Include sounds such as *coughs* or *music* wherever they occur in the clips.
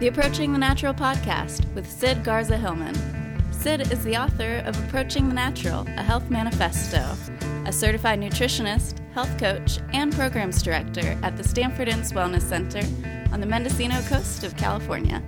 the Approaching the Natural podcast with Sid Garza Hillman. Sid is the author of Approaching the Natural, a Health Manifesto, a certified nutritionist, health coach, and programs director at the Stanford Inns Wellness Center on the Mendocino coast of California.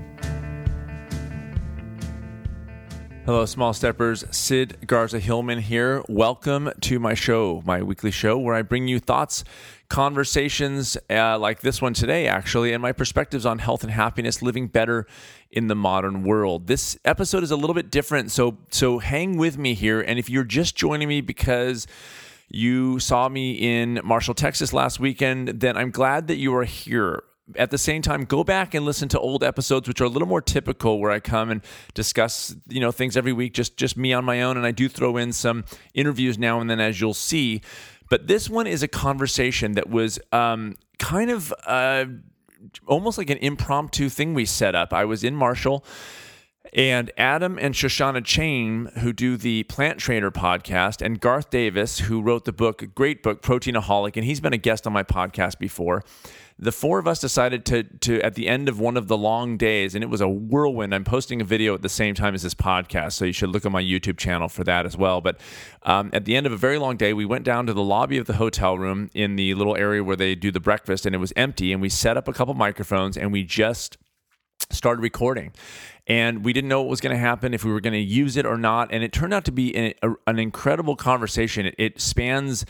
Hello, small steppers. Sid Garza Hillman here. Welcome to my show, my weekly show, where I bring you thoughts, conversations uh, like this one today, actually, and my perspectives on health and happiness, living better in the modern world. This episode is a little bit different, so so hang with me here. And if you're just joining me because you saw me in Marshall, Texas last weekend, then I'm glad that you are here at the same time go back and listen to old episodes which are a little more typical where i come and discuss you know things every week just just me on my own and i do throw in some interviews now and then as you'll see but this one is a conversation that was um, kind of uh, almost like an impromptu thing we set up i was in marshall and Adam and Shoshana Chain, who do the Plant Trainer podcast, and Garth Davis, who wrote the book, great book, Proteinaholic, and he's been a guest on my podcast before. The four of us decided to to at the end of one of the long days, and it was a whirlwind. I'm posting a video at the same time as this podcast, so you should look on my YouTube channel for that as well. But um, at the end of a very long day, we went down to the lobby of the hotel room in the little area where they do the breakfast, and it was empty. And we set up a couple microphones, and we just started recording and we didn't know what was going to happen if we were going to use it or not and it turned out to be an, a, an incredible conversation it, it spans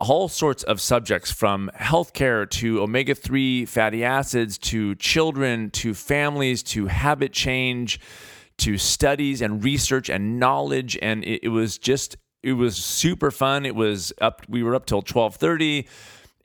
all sorts of subjects from healthcare to omega 3 fatty acids to children to families to habit change to studies and research and knowledge and it, it was just it was super fun it was up we were up till 12:30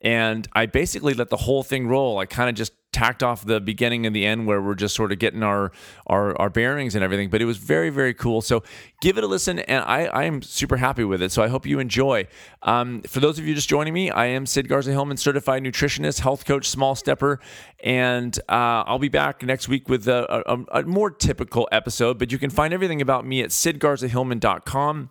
and I basically let the whole thing roll I kind of just tacked off the beginning and the end where we're just sort of getting our, our our, bearings and everything but it was very very cool so give it a listen and i i am super happy with it so i hope you enjoy um, for those of you just joining me i am sid garza hillman certified nutritionist health coach small stepper and uh, i'll be back next week with a, a, a more typical episode but you can find everything about me at sidgarzahillman.com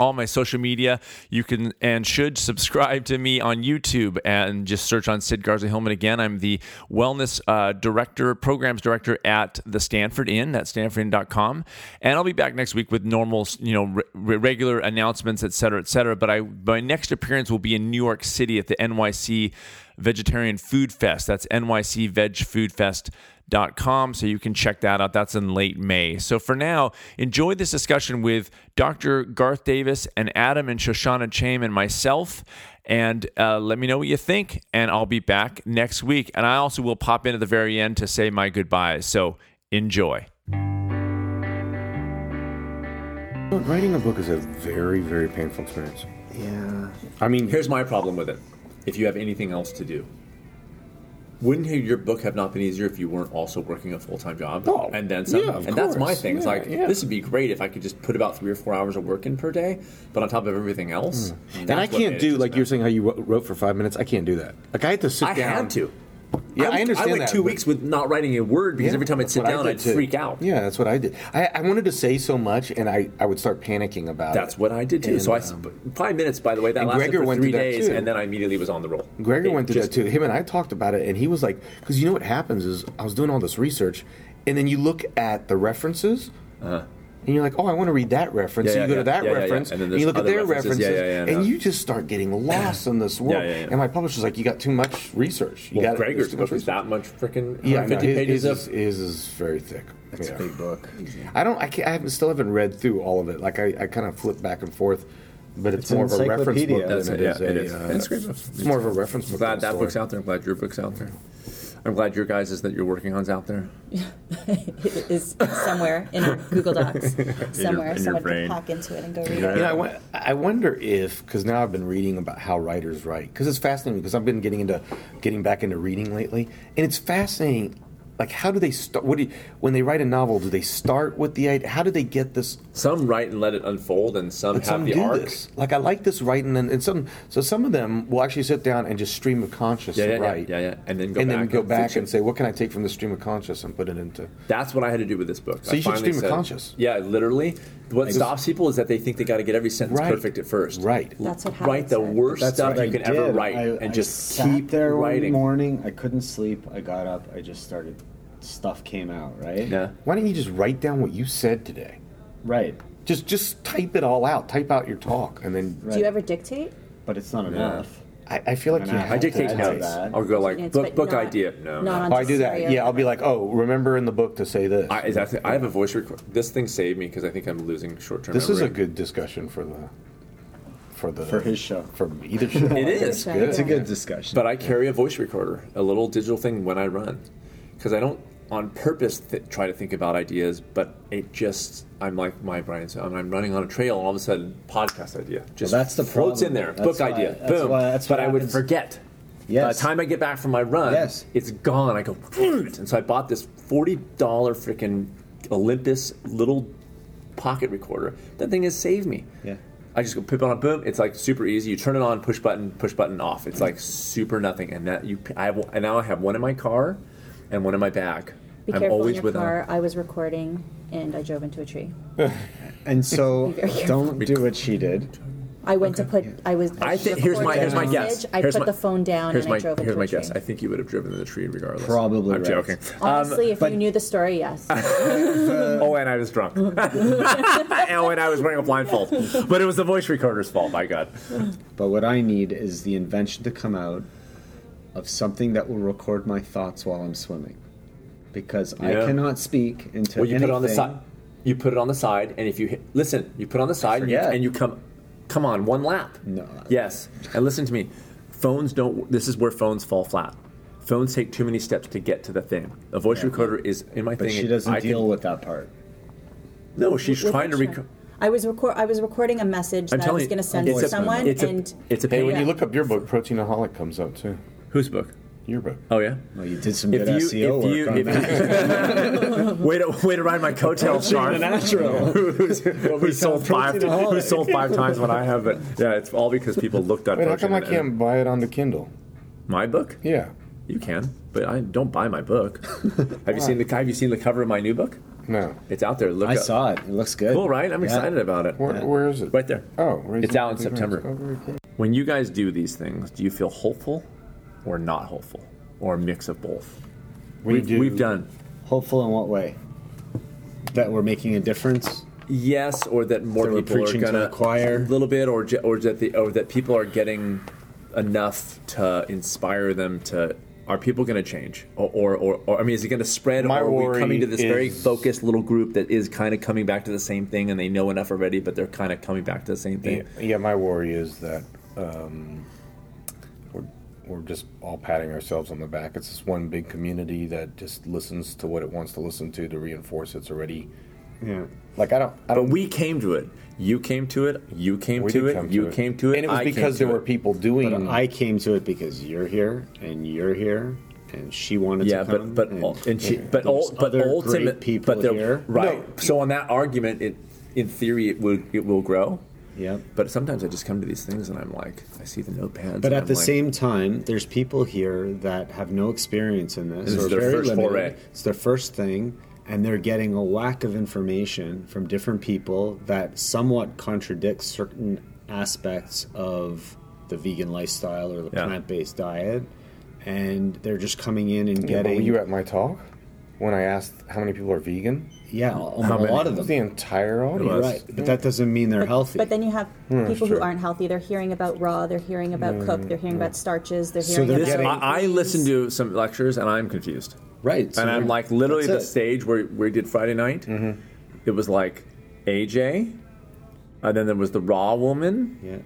all my social media. You can and should subscribe to me on YouTube and just search on Sid Garza Hillman again. I'm the wellness uh, director, programs director at the Stanford Inn at stanfordinn.com. And I'll be back next week with normal, you know, re- regular announcements, et cetera, et cetera. But I, my next appearance will be in New York City at the NYC Vegetarian Food Fest. That's NYC Veg Food Fest com, so you can check that out. That's in late May. So for now, enjoy this discussion with Dr. Garth Davis and Adam and Shoshana Chaim and myself. And uh, let me know what you think, and I'll be back next week. And I also will pop in at the very end to say my goodbyes. So enjoy. Writing a book is a very, very painful experience. Yeah. I mean, Here's my problem with it. If you have anything else to do, wouldn't your book have not been easier if you weren't also working a full time job? Oh, and then some. yeah, of and that's my course. thing. It's Yeah, like yeah. this would be great if I could just put about three or four hours of work in per day, but on top of everything else, Hmm. and I can't do like you're saying how you wo- wrote for five minutes. I can't do that. Like I had to sit I down. had to. Yeah, I, went- understand I went that, two but- weeks with not writing a word because Yeah, every time I'd that's sit what I down, did I'd too. freak out. Yeah, that's what I did. I, I wanted to say so much, and I, I would start panicking about That's it. what I did too. And, so I um, five minutes, by the way, that and lasted Gregor for went three through that days, too. and then I immediately was on the roll. Gregor It went through just- that too. Him and I talked about it, and he was like, because you know what happens is I was doing all this research, and then you look at the references. And you're like, oh, I want to read that reference. Yeah, so Uh-huh. yeah, you go yeah, to that yeah, yeah, yeah. reference, And then and, there's you look at other their references. references, Yeah, yeah, yeah, and yeah. you just *clears throat* start getting lost in this world. yeah, yeah. And my publisher's like, you got too much research. You Well, got there's Gregor's too book much was research." that much freaking Yeah, I know. 150 his, pages his of is, his is very thick. It's Yeah. a big book. Uh, I don't. I, can't, I haven't. Still haven't read through all of it. Like I, I kind of flip back and forth, but it's, an more of a reference book encyclopedia. than That's it it, is yeah, it a. is. uh, It's a great book. it's more of a reference book. glad than a that story. book's out there. I'm glad your book's out there. I'm glad your guys' is that you're working on's out there. *laughs* It is somewhere in your Google Docs, *laughs* somewhere. in your Someone brain. can hack into it and go read Yeah. it. You know, I, wo- I wonder if because now I've been reading about how writers write because it's fascinating because I've been getting into getting back into reading lately and it's fascinating. Like how do they start? What do you, when they write a novel? Do they start with the idea? How do they get this Some write and let it unfold, and some But have some the do arc. this. Like I like this writing, and, and some so some of them will actually sit down and just stream of conscious Yeah, yeah, yeah, write, yeah, yeah. And then go and back then go and back fiction. and say, what can I take from the stream of conscious and put it into? That's what I had to do with this book. So I you should finally stream of said- conscious. Yeah, literally. What stops people is that they think they got to get every sentence Right. perfect at first. Right. That's what Write happens. the right? worst stuff what you I can ever did. write, I- and I just sat keep there writing. One morning, I couldn't sleep. I got up. I just started stuff came out, right? Yeah. Why don't you just write down what you said today? Right. Just just type it all out. Type out your talk, and then Right. Do you ever dictate? But it's not enough. I, I feel like I you mean, have I I dictate to I'd notes. say that. I'll go like It's- book, but book not- idea. No, not no. on Oh, I do that. Cesario. Yeah, I'll be like, oh, remember in the book to say this. I, is that I have a voice record. This thing saved me because I think I'm losing short term. this is a good discussion for the for the For his show. for either show. It is. Right, good. It's yeah. a good discussion. But I carry a voice recorder, a little digital thing when I run, because I don't on purpose th- try to think about ideas, but it just I'm like my Brian said, I'm, I'm running on a trail and all of a sudden podcast idea just Well, that's the floats problem. in there, That's book why- idea, that's boom. why- that's but what I would happens. forget. By the Yes. uh, time I get back from my run, Yes. it's gone. I go, and so I bought this forty dollar freaking Olympus little pocket recorder. That thing has saved me. Yeah. I just go pip on a boom. It's like super easy. You turn it on, push button, push button off. It's like super nothing. And that you, I have, and now I have one in my car, and one in my bag. Be I'm careful always in your with uh, car. them. I was recording and I drove into a tree. and *laughs* so Be very careful. don't do what she did. I went to put. I was. I think here's my recording here's my a guess. message, I Here's put my- the phone down Here's and my I drove into here's a my tree. guess. I um, think you would have driven to the tree regardless. Probably I'm right. joking. Honestly, if but- you knew the story, yes. Oh, and I was drunk. oh, and I was wearing a blindfold. But it was the voice recorder's fault. My God. But what I need is the invention to come out of something that will record my thoughts while I'm swimming. Because Yeah. I cannot speak until Well, you put it on the anything- side. You put it on the side, and if you hit, listen, you put it on the side, and you, forget. and you come, come on, one lap. No. Yes, and listen to me. Phones don't. This is where phones fall flat. Phones take too many steps to get to the thing. A voice recorder is in my But thing. she doesn't I can- deal with that part. No, *laughs* she's With trying to. which Rec- one? I was record. I was recording a message I'm that I telling was you, going to send it's to a- someone, it's a- and it's a pain. Hey, when Yeah. you look up your book, Proteinaholic comes up too. Whose book? Your book. Oh yeah. Well, you did some If good you- SEO if work you- on if *laughs* that. Way to way to ride my coattails, Sharp. natural. Who's- *laughs* who sold five? Who sold five times what I have? But yeah, it's all because people looked up. Wait, how come I can't buy it on the Kindle? My book. Yeah. You can, but I don't buy my *laughs* book. have you seen the Have you seen the cover of my new book? No. It's out there. Look, I up. saw it. It looks good. Cool, right? I'm Yeah. excited about it. Where, where is it? Right there. Oh, raise It's it- out in raise it- September. oh, very cool. When you guys do these things, do you feel hopeful, or not hopeful, or a mix of both? We have do. We've done Hopeful in what way? That we're making a difference. yes, or that more That we're people are preaching to gonna the choir. a little bit, or ju- or that the or that people are getting enough to inspire them to. Are people going to change, or, or, or, or I mean, is it going to spread? My or are we worry coming to this very is- focused little group that is kind of coming back to the same thing, and they know enough already, but they're kind of coming back to the same thing. Yeah, yeah, my worry is that um, we're, we're just all patting ourselves on the back. It's this one big community that just listens to what it wants to listen to to reinforce its already. Yeah. Like I don't, I But don't. we came to it. You came to it. You came we to did it. come you came to it. and it was I came because there to were it. uh, people doing. I came to it because you're here and you're here and she wanted Yeah, to but come. but and- ul- and she, but There's ul- but other ultimate great people but there- here. right. No. So on that argument, it in theory it would it will grow. Yep. But sometimes I just come to these things and I'm like, I see the notepads. and But at I'm the like, same time, there's people here that have no experience in this. This is or their very first limited. foray. It's their first thing, and they're getting a whack of information from different people that somewhat contradicts certain aspects of the vegan lifestyle or the Yeah. plant-based diet, and they're just coming in and yeah, but getting were you at my talk when I asked how many people are vegan? yeah, a many? lot of The them. entire was. audience. Right, but that doesn't mean they're healthy. But then you have Hmm, people who aren't healthy. They're hearing about raw. They're hearing about cooked. They're hmm. hearing about starches. They're hearing they're about This, getting- I, I listened to some lectures and I'm confused. right, so and I'm they're- like literally the that's it. Mm-hmm. stage where we did Friday night. It was like AJ, and then there was the Raw Woman, Yeah,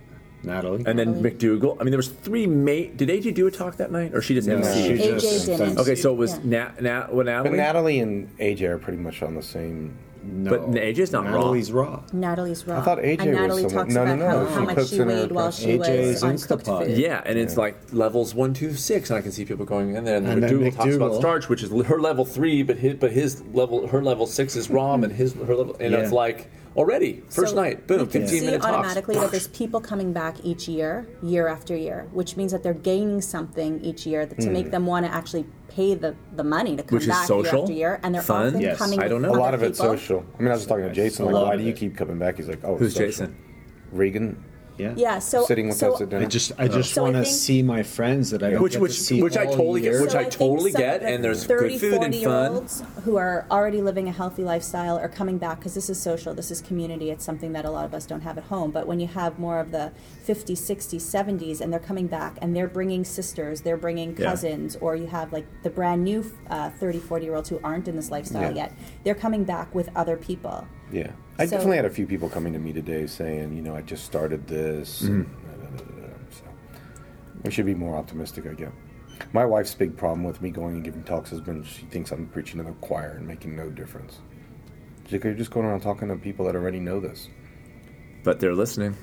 Natalie. and then McDougal. I mean, there was three mate. Did AJ do a talk that night, or she just No, MC? she AJ just- didn't. Okay, so it was Yeah. Nat, Nat, what But Natalie? Natalie and AJ are pretty much on the same. No. But AJ's not raw. Natalie's raw. Natalie's raw. I thought AJ and was Natalie someone- talks no, no, about no, how, she how much cooks she in her weighed while cooking. she AJ's was on cooked Instapot. food. yeah, and it's like levels one, two, six, and I can see people going in there. And, And then then McDougal talks about McDougal. starch, which is l- her level three, but his, but his level, her level six is ROM, and his her level, and it's Yeah. like already first So night, boom, you can fifteen see minutes automatically that there's people coming back each year, year after year, which means that they're gaining something each year that, to Hmm. make them want to actually pay the, the money to come Which is back social, year after year, and they're fun. often Yes. coming. I with don't know. A other lot of it's people. social. I mean, I was just talking to Jason. A Like, lot why of do you it. keep coming back? He's like, oh, Who's social. Jason? Reagan. Yeah. Yeah. So Sitting with so, us at dinner. I just I just So I want to think- see my friends that I don't Which get which to see which I all totally get, year. which So I think totally some get, of the and there's 30, good food and 40 fun. olds Who are already living a healthy lifestyle are coming back because this is social, this is community. It's something that a lot of us don't have at home. But when you have more of the 50s, 60s, 70s, and they're coming back and they're bringing sisters, they're bringing Yeah. cousins, or you have like the brand new uh, 30, 40 year olds who aren't in this lifestyle Yeah. yet, they're coming back with other people. Yeah, I So- definitely had a few people coming to me today saying, you know, I just started this. Mm-hmm. and da, da, da, da, da. So we should be more optimistic, I guess. My wife's big problem with me going and giving talks has been she thinks I'm preaching to the choir and making no difference. She's like, you're just going around talking to people that already know this. But they're listening.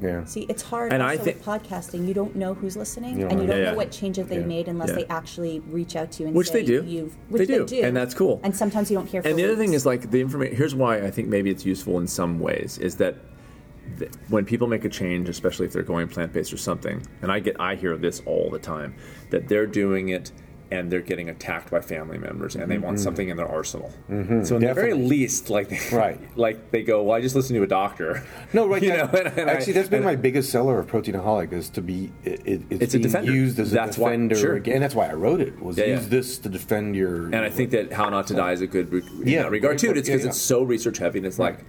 Yeah. See, it's hard And also I thi- with podcasting. You don't know who's listening, You don't and you know. don't Yeah, know yeah. what changes they Yeah. made unless Yeah. they actually reach out to you and Which say they do. you've. They Which they, do, and that's cool. And sometimes you don't hear. And for the other thing weeks. is like the information. Here's why I think maybe it's useful in some ways is that th- when people make a change, especially if they're going plant based or something, and I get I hear this all the time that they're doing it and they're getting attacked by family members and they want something in their arsenal. So in the very Mm-hmm. Definitely. least, like *laughs* they, Right. like they go, well, I just listened to a doctor. No, right. You that- know, and- and I- actually, that's been and- my biggest seller of Proteinaholic is to be it, it, it's, It's a being defender. used as a That's why- defender. sure. again. that's why I wrote it. Was Yeah, yeah. use this to defend your. And I think that How Not to Die is a good re- in Yeah, that regard too. great and It's book. because Yeah, it's yeah. so research heavy, and it's like,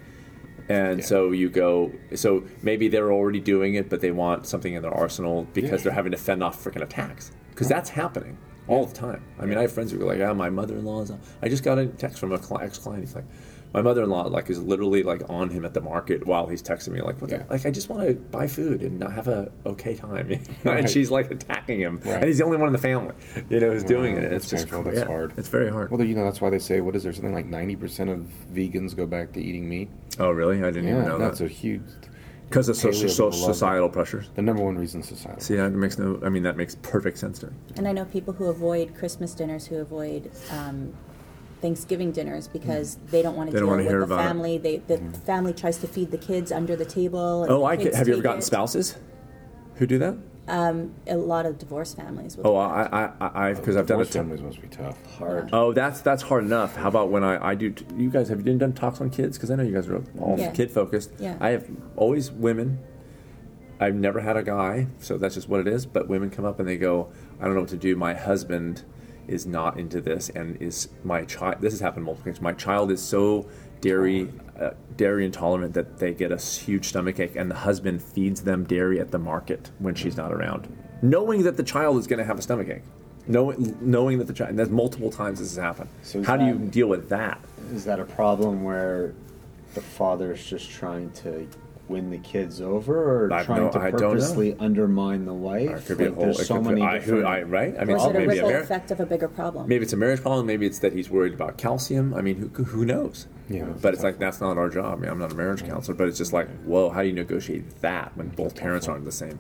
and so you go, so maybe they're already doing it, but they want something in their arsenal because they're having to fend off freaking attacks because that's happening all the time. I mean, I have friends who are like, ah, my mother-in-law's. I just got a text from a cli- ex-client. He's like, my mother-in-law like is literally like on him at the market while he's texting me like, what the, Yeah. like I just want to buy food and not have a okay time, *laughs* and Right. she's like attacking him, Right. and he's the only one in the family, you know, who's doing it. Wow, And that's it's just painful. That's yeah, hard. It's very hard. Well, you know, that's why they say, what is there, something like 90% of vegans go back to eating meat? Oh, really? I didn't even know that's that. a huge, Because of social, paleo so, people love it. societal pressures. the number one reason society. See, that makes no. I mean, that makes perfect sense to me. And I know people who avoid Christmas dinners, who avoid um, Thanksgiving dinners because they don't want to Mm. They don't deal wanna with hear the about it. Mm. family. They, the family tries to feed the kids under the table. and Oh, the I ca- kids have you take ever gotten it. spouses who do that? A lot of divorced families. Will Oh, do I, I, I, I because I've done it. Most T- families must be tough. hard. oh, that's that's hard enough. How about when I, I do? T- you guys have you done talks on kids? Because I know you guys are all Yeah. kid focused. Yeah. I have always women. I've never had a guy, so that's just what it is. But women come up and they go, "I don't know what to do. My husband is not into this, and is my child. This has happened multiple times. My child is so dairy, uh, dairy intolerant that they get a s- huge stomach ache, and the husband feeds them dairy at the market when she's not around, knowing that the child is going to have a stomach ache, knowing, knowing that the child. And that's multiple times this has happened. So is How do you that- deal with that? Is that a problem where the father's just trying to win the kids over, or I've trying no- to I don't know. purposely undermine the wife? It could be a Like, whole. there's it so could be- many I, who, different. I, right? I it. mean, Or is it a maybe a ripple mar- effect of a bigger problem? Maybe it's a marriage problem. Maybe it's that he's worried about calcium. I mean, who, who knows? Yeah. But it's like that's not our job. I mean, I'm not a marriage counselor, but it's just like, whoa, how do you negotiate that when both parents aren't the same,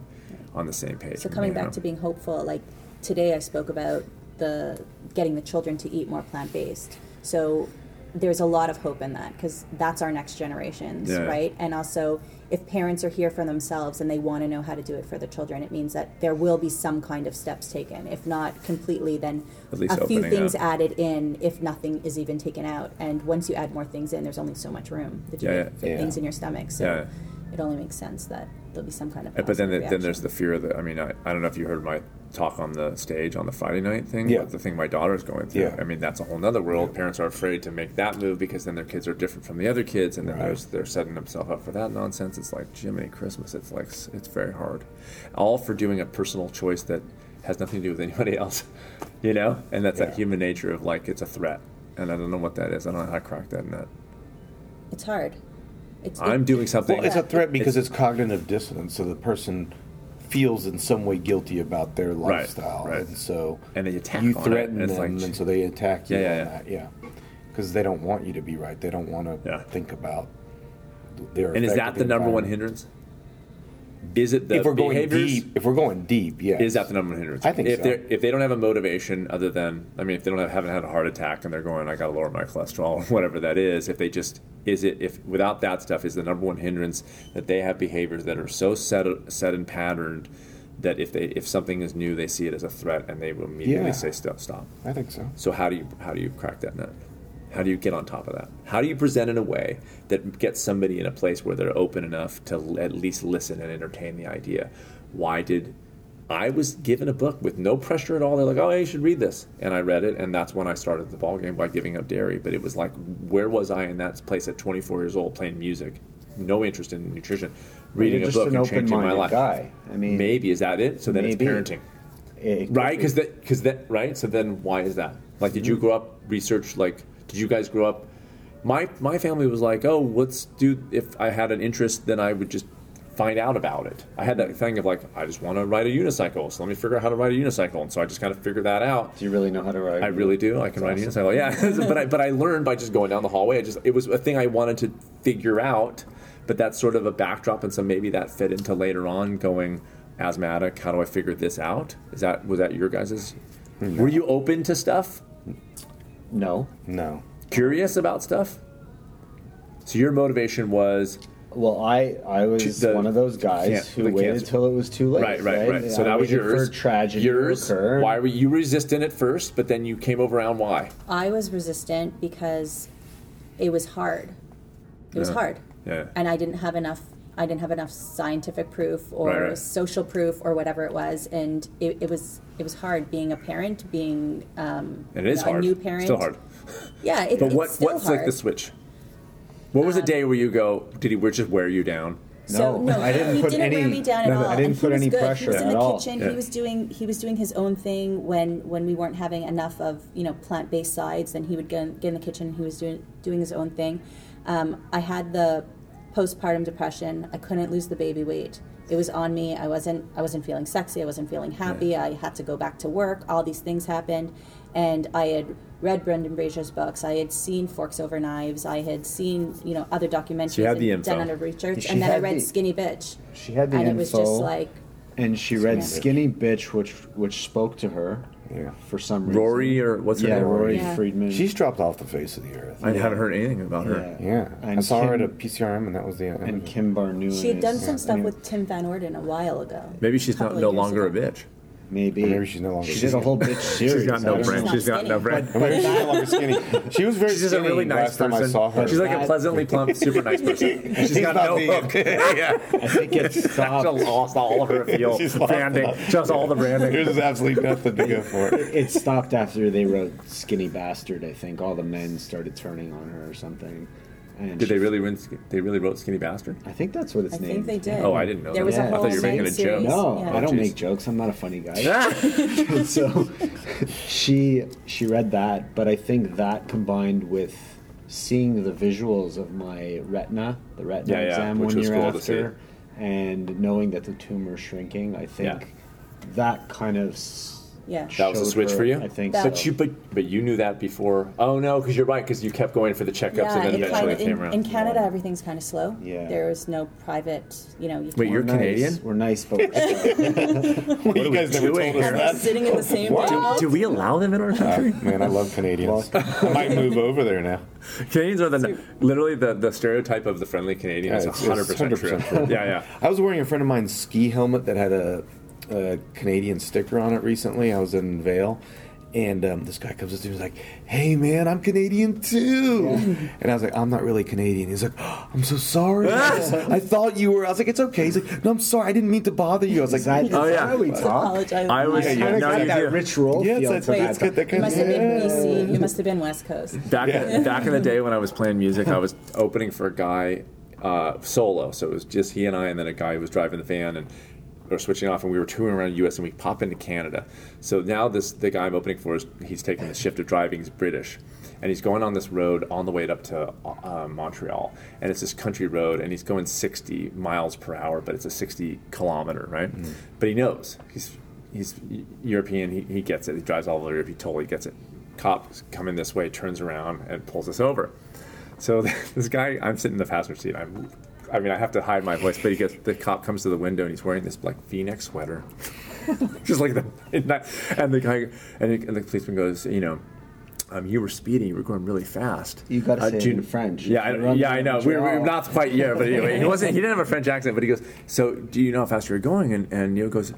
on the same page? So coming you know? back to being hopeful, like today I spoke about the getting the children to eat more plant based. So there's a lot of hope in that because that's our next generations, Yeah. right? And also, if parents are here for themselves and they want to know how to do it for the children, it means that there will be some kind of steps taken. If not completely, then At least a few opening things up. added in. If nothing is even taken out, and once you add more things in, there's only so much room that you Yeah, can yeah. fit Yeah. things in your stomach. So Yeah. it only makes sense that there'll be some kind of. But then, positive the, then reaction. there's the fear that I mean, I, I don't know if you heard my talk on the stage on the Friday night thing. Yeah. but The thing my daughter's going through. Yeah. I mean, that's a whole nother world. Parents are afraid to make that move because then their kids are different from the other kids, and then Right. there's, they're setting themselves up for that nonsense. It's like Jiminy Christmas. It's like s- it's very hard, all for doing a personal choice that has nothing to do with anybody *laughs* else, you know. And that's Yeah. that human nature of like it's a threat, and I don't know what that is. I don't know how I cracked that nut. It's hard. It's, I'm it- doing something. Well, it's a threat because it's, cognitive dissonance, so the person feels in some way guilty about their lifestyle, right. and so And they attack you on it, threaten and it's them, like- and so they attack you. Yeah, yeah, on yeah. that, yeah. Because they don't want you to be right. They don't want to Yeah. think about their. And is effect that of the number one environment. hindrance? Is it the if we're going behaviors? deep, if we're going deep, yeah, Is that the number one hindrance? I think if so. they're if they don't have a motivation other than I mean if they don't have, haven't had a heart attack and they're going I got to lower my cholesterol *laughs* or whatever that is if they just is it if without that stuff is the number one hindrance that they have behaviors that are so set set and patterned that if they if something is new they see it as a threat and they will immediately Yeah. say stop stop. I think so. So how do you how do you crack that nut? How do you get on top of that? How do you present in a way that gets somebody in a place where they're open enough to l- at least listen and entertain the idea? Why did I was given a book with no pressure at all. They're like, "Oh, you should read this," and I read it, and that's when I started the ball game by giving up dairy. But it was like, where was I in that place at 24 years old playing music, no interest in nutrition, reading you're a just book an and changing my open-minded life? guy. I mean, maybe is that it? So then maybe. it's parenting it could right be. because Mm-hmm. that because that right so then why is that like did you grow up research like did you guys grow up my my family was like oh let's do if i had an interest then i would just find out about it i had that thing of like i just want to ride a unicycle so let me figure out how to ride a unicycle and so i just kind of figured that out do you really know how to write? I really do. I can ride a unicycle. Yeah, *laughs* but I but I learned by just going down the hallway. I just it was a thing I wanted to figure out, but that's sort of a backdrop, and so maybe that fit into later on going asthmatic. How do I figure this out? Is that was that your guys's? Mm-hmm. Were you open to stuff? No. No. Curious about stuff? So your motivation was Well, I I was The- one of those guys Yeah, who the waited cancer. till it was too late. right, right, right. So I that was waited yours. For tragedy yours. To occur. Why were you resistant at first, but then you came around? Why? I was resistant because it was hard. It was Yeah. hard. Yeah. And I didn't have enough I didn't have enough scientific proof or Right, right. social proof or whatever it was and it, it was it was hard being a parent, being um And it is a hard. new parent. Still hard. Yeah, it, But it's what still what's hard. Um, like the switch? What was the day where you go? Did he wear- just wear you down? *laughs* So No, no, I didn't he put didn't wear any- me down at no, no, all. I didn't and he put was any good. He pressure was in at the all. kitchen. Yeah. He was doing he was doing his own thing when when we weren't having enough of you know plant based sides. Then he would get in, get in the kitchen. He was doing doing his own thing. Um, I had the postpartum depression. I couldn't lose the baby weight. It was on me. I wasn't I wasn't feeling sexy. I wasn't feeling happy. I had to go back to work. All these things happened, and I had read Brendan Brazier's books. I had seen Forks Over Knives. I had seen you know other documentaries had the and done info. other research, She and then I had read the- Skinny Bitch. She had the and it was info. just like And she read Skinny Skinny Bitch, which which spoke to her. Yeah. For some reason. Rory or what's her Yeah, name? Rory Yeah. Friedman. She's dropped off the face of the earth. I haven't heard anything about her. yeah. And I saw her at Kim- a PCRM, and that was the end. and Kim Barnu. she had done is- uh, some stuff anyway, with Tim Van Orden a while ago. Maybe she's not, Couple no of years longer ago. a bitch. Maybe. Maybe she's no longer. She did *laughs* a whole bitch series. She's got I no don't brand. know. She's got no She's not brand. Maybe she's no longer skinny. She was very She's just a skinny really nice last time I person. saw her. She's like a That- *laughs* pleasantly plump, super nice person. She's He's got not no *laughs* vegan. hook. yeah. I think *laughs* it She stopped. lost all of *laughs* her feel. She's lost branding. She lost all the branding. There's absolutely nothing to go for. it. It stopped after they wrote "Skinny Bastard." I think all the men started turning on her or something. *laughs* And Did she- they really win? They really wrote Skinny Bastard? I think that's what it's I think named. they did. Oh, I didn't know There that. was Yeah. a I whole thought you were making mini a joke. series. No, Yeah. I don't Jeez. make jokes. I'm not a funny guy. *laughs* *laughs* so she she read that, but I think that combined with seeing the visuals of my retina, the retina Yeah, yeah, exam which one was year cool to after, and knowing that the tumor is shrinking, I think Yeah. that kind of s- Yeah. That was a showed switch her- for you. I think. That- so. But you, but, but you knew that before. Oh no, because you're right. Because you kept going for the checkups, Yeah, and then in, eventually private, it came in, around. in Canada, everything's kind of slow. Yeah. There is no private, you know. You Wait, can't- you're Nice. Canadian? We're nice, *laughs* but we're What you we guys never doing told us here? We're that. sitting in the same Wow. table. Do we allow them in our country? Man, I love Canadians. I might move over there now. Canadians are the literally the, the stereotype of the friendly Canadian Yeah, is it's- 100% it's true. 100% true. yeah, yeah. I was wearing a friend of mine's ski helmet that had a, a Canadian sticker on it recently. I was in Vale, and um, this guy comes up to me and he's like, "Hey, man, I'm Canadian too." And I was like, "I'm not really Canadian." He's like, "Oh, "I'm so sorry. I, just- I thought you were." I was like, "It's okay." He's like, "No, I'm sorry. I didn't mean to bother you." I was like, that, Oh, is yeah. that how we talk. Apologize. I was- You Yeah, Kinda No, got you that do. rich roll "Yeah, feel it's, to like, that. it's good." That kind must of have been yeah. BC. You must have been West Coast. Back back in the day when I was playing music, I was opening for a guy uh, solo, so it was just he and I, and then a guy who was driving the van, and we were switching off, and we were touring around the U.S. and we pop into Canada. So now this the guy I'm opening for is he's taking the shift of driving. He's British, and he's going on this road on the way up to uh, Montreal, and it's this country road, and he's going 60 miles per hour, but it's a 60 kilometer, right? Mm-hmm. But he knows he's he's European. He, he gets it. He drives all over Europe. He totally gets it. Cop coming this way turns around and pulls us over. So *laughs* this guy, I'm sitting in the passenger seat. I'm, I mean, I have to hide my voice, but he gets the cop comes to the window and he's wearing this like V-neck sweater, *laughs* just like the and the guy and, the- and the policeman goes, you know, um, you were speeding, you were going really fast. You gotta say it do you- in French. Yeah, I, You run yeah, I know. We're, we're Montreal. not quite yeah, but anyway, he wasn't. He didn't have a French accent, but he goes, so do you know how fast you're going? And and Neil goes.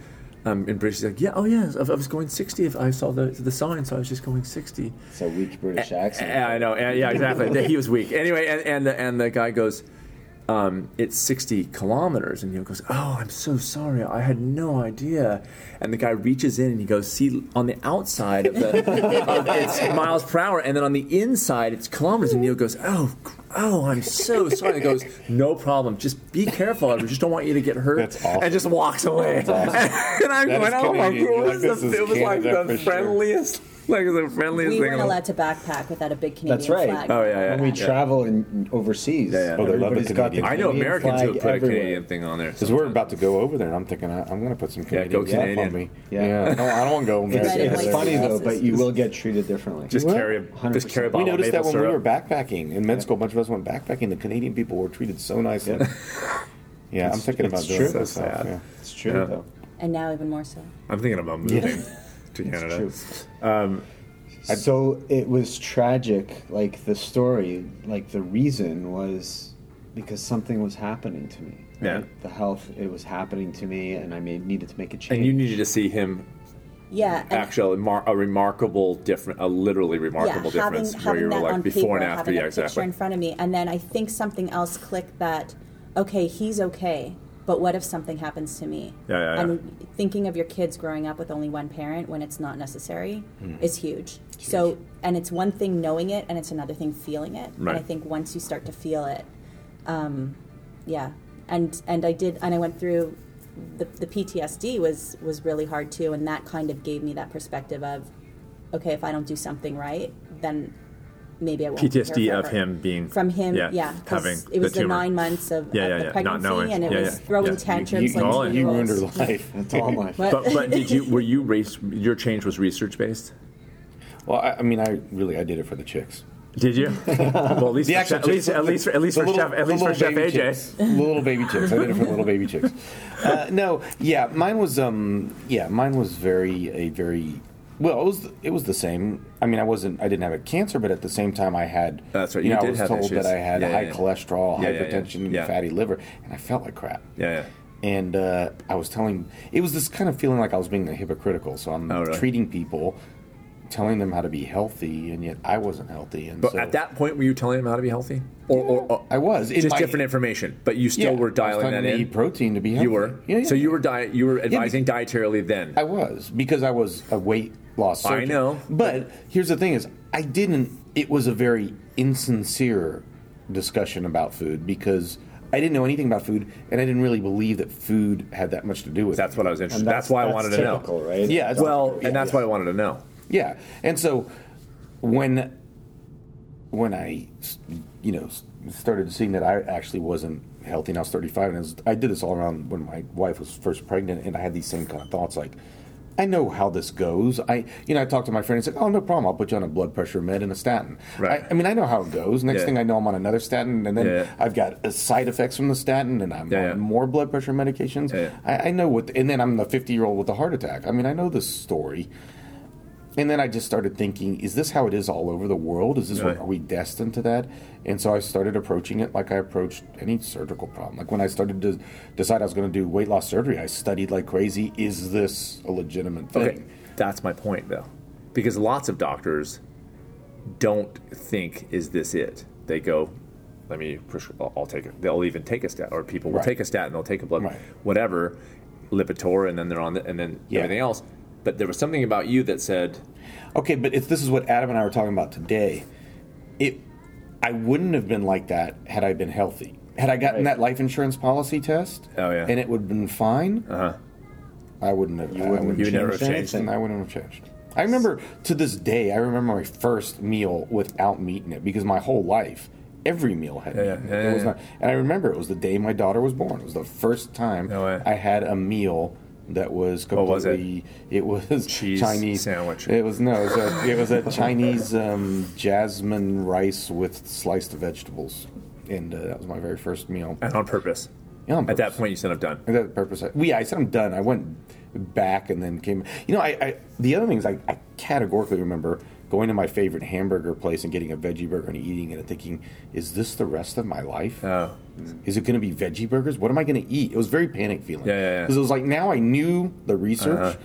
Um, and British is like, yeah, oh yeah, I I was going 60 if I saw the, the sign, so I was just going 60. It's a weak British accent. Yeah, I know. And, yeah, *laughs* exactly. he was weak. Anyway, and, and the and the guy goes, um, it's sixty kilometers, and he goes, "Oh, I'm so sorry. I had no idea." And the guy reaches in and he goes, "See, on the outside of *laughs* the of it's miles per hour, and then on the inside it's kilometers." And Neil goes, "Oh." gr- Oh, I'm so sorry. He goes, no problem. Just be careful. I just don't want you to get hurt. That's awesome. And just walks away. *laughs* and I'm That is going, oh my Canadian. god, Like, it was, this the, is it was like Canada the for sure. friendliest, like the friendliest We thing. weren't in the- allowed to backpack without a big Canadian That's right. flag. Oh yeah, yeah. when we yeah. travel in overseas, Yeah, yeah. Oh, they love the everybody's got the Canadian I know Canadian Americans who flag have put everywhere. a Canadian thing on there. Because we're about to go over there, and I'm thinking I, I'm going to put some Yeah, Canadian go stuff Canadian. on me. Yeah. Yeah, I, don't, I don't want to go It's, Red and American. it's white funny though, sunglasses. but you will get treated differently. Just Well, carry a just 100%. carry a We bottle We of noticed that maple when syrup. we were backpacking in med school, a bunch of us went backpacking. The Canadian people were treated so nicely. *laughs* Yeah, I'm thinking it's about doing true. that So myself, sad. yeah. it's true Yeah. though. And now even more so. I'm thinking about moving to Canada. It's true. Um, so it was tragic. Like the story, like the reason was because something was happening to me. Yeah. The health, it was happening to me, and I made, needed to make a change. And you needed to see him Yeah. and- actually mar- a remarkable different, a literally remarkable yeah, having, difference where having you were that on like before paper, and after. having Yeah, a picture in exactly. front of me, and then I think something else clicked that, okay, he's okay, but what if something happens to me? Yeah, yeah, yeah. And thinking of your kids growing up with only one parent when it's not necessary Mm-hmm. is huge. So, and it's one thing knowing it, and it's another thing feeling it. And I Right. think once you start to feel it, um, yeah, and and I did, and I went through. The, the PTSD was was really hard too, and that kind of gave me that perspective of okay, if I don't do something right, then maybe I won't. be here PTSD of forever. him being From him, yeah, 'cause having it was the, the tumor. nine months of, Yeah, yeah, of the yeah, not pregnancy, knowing. and it Yeah, was yeah, throwing yeah. tantrums you, like all in. two you ruined her year olds. life. That's *laughs* all my. What? But, but did you were you race your change was research based? Well, I, I mean, I really I did it for the chicks. Did you? Well, at least The for actual chef, at least chicks, at least for, at least the for little- chef at the least for little chef baby AJ. chicks. The little baby chicks. I did it for little *laughs* baby chicks. Uh, no, yeah, mine was um, yeah, mine was very a very well. It was it was the same. I mean, I wasn't I didn't have a cancer, but at the same time, I had. That's right, You, you know, did I was have told issues. that I had Yeah, yeah, high yeah. cholesterol, Yeah, yeah, yeah. hypertension, and Yeah. fatty liver, and I felt like crap. Yeah, And uh, I was telling, it was this kind of feeling like I was being hypocritical. So I'm Oh, really? treating people, telling them how to be healthy, and yet I wasn't healthy. And But so at that point, were you telling him how to be healthy, or, or, or I was in just my- different information? But you still Yeah, I were was dialing trying that to in. eat protein to be healthy. You were. Yeah, yeah. So you were diet. You were be- advising dietarily then. I was because I was a weight loss. I Surgeon. know. But here's the thing: is I didn't. It was a very insincere discussion about food because I didn't know anything about food, and I didn't really believe that food had that much to do with that's it. what I was interested. *laughs* That's, why I wanted typical, to know. right? Yeah. It's Well, yeah, and that's yeah. why I wanted to know. Yeah, and so when when I you know started seeing that I actually wasn't healthy, and I was 35, and I, was, I did this all around when my wife was first pregnant, and I had these same kind of thoughts like. I know how this goes. I, you know, I talked to my friend. He's like, "Oh, no problem. I'll put you on a blood pressure med and a statin." Right. I, I mean, I know how it goes. Next Yeah. thing I know, I'm on another statin, and then Yeah. I've got uh, side effects from the statin, and I'm Yeah, on yeah. more blood pressure medications. Yeah, yeah. I, I know what, and then I'm the 50 year old with a heart attack. I mean, I know this story. And then I just started thinking, is this how it is all over the world? Is this what, Right. are we destined to that? And so I started approaching it like I approached any surgical problem. Like when I started to decide I was going to do weight loss surgery, I studied like crazy. Is this a legitimate thing? Okay, that's my point though, because lots of doctors don't think is this it. They go, let me, pres- I'll I'll take it. They'll even take a stat, or people will Right. take a stat and they'll take a blood, Right. whatever, Lipitor, and then they're on, the, and then Yeah. everything else. But there was something about you that said, Okay, but if this is what Adam and I were talking about today, it I wouldn't have been like that had I been healthy. Had I gotten that life insurance policy test, Oh, yeah. and it would have been fine, uh-huh. I wouldn't have. I wouldn't wouldn't you would never Changed have changed. anything. and I wouldn't have changed. I remember to this day, I remember my first meal without meat in it because my whole life, every meal had meat. yeah, in it. yeah, It yeah, was yeah. not- and I remember it was the day my daughter was born. It was the first time No way. I had a meal that was completely. was it? It was Cheese Chinese sandwich. It was no, it was a, it was a Chinese um, jasmine rice with sliced vegetables, and uh, that was my very first meal. And on purpose. Yeah, on At that purpose. point, you said, I'm done. And that's the purpose. I, well, yeah, I said I'm done. I went back and then came. You know, I, I the other thing is I, I categorically remember going to my favorite hamburger place and getting a veggie burger and eating it and thinking, is this the rest of my life? Oh. Is it going to be veggie burgers? What am I going to eat? It was very panic feeling. Yeah, yeah, Uh-huh. yeah. Because it was like now I knew the research,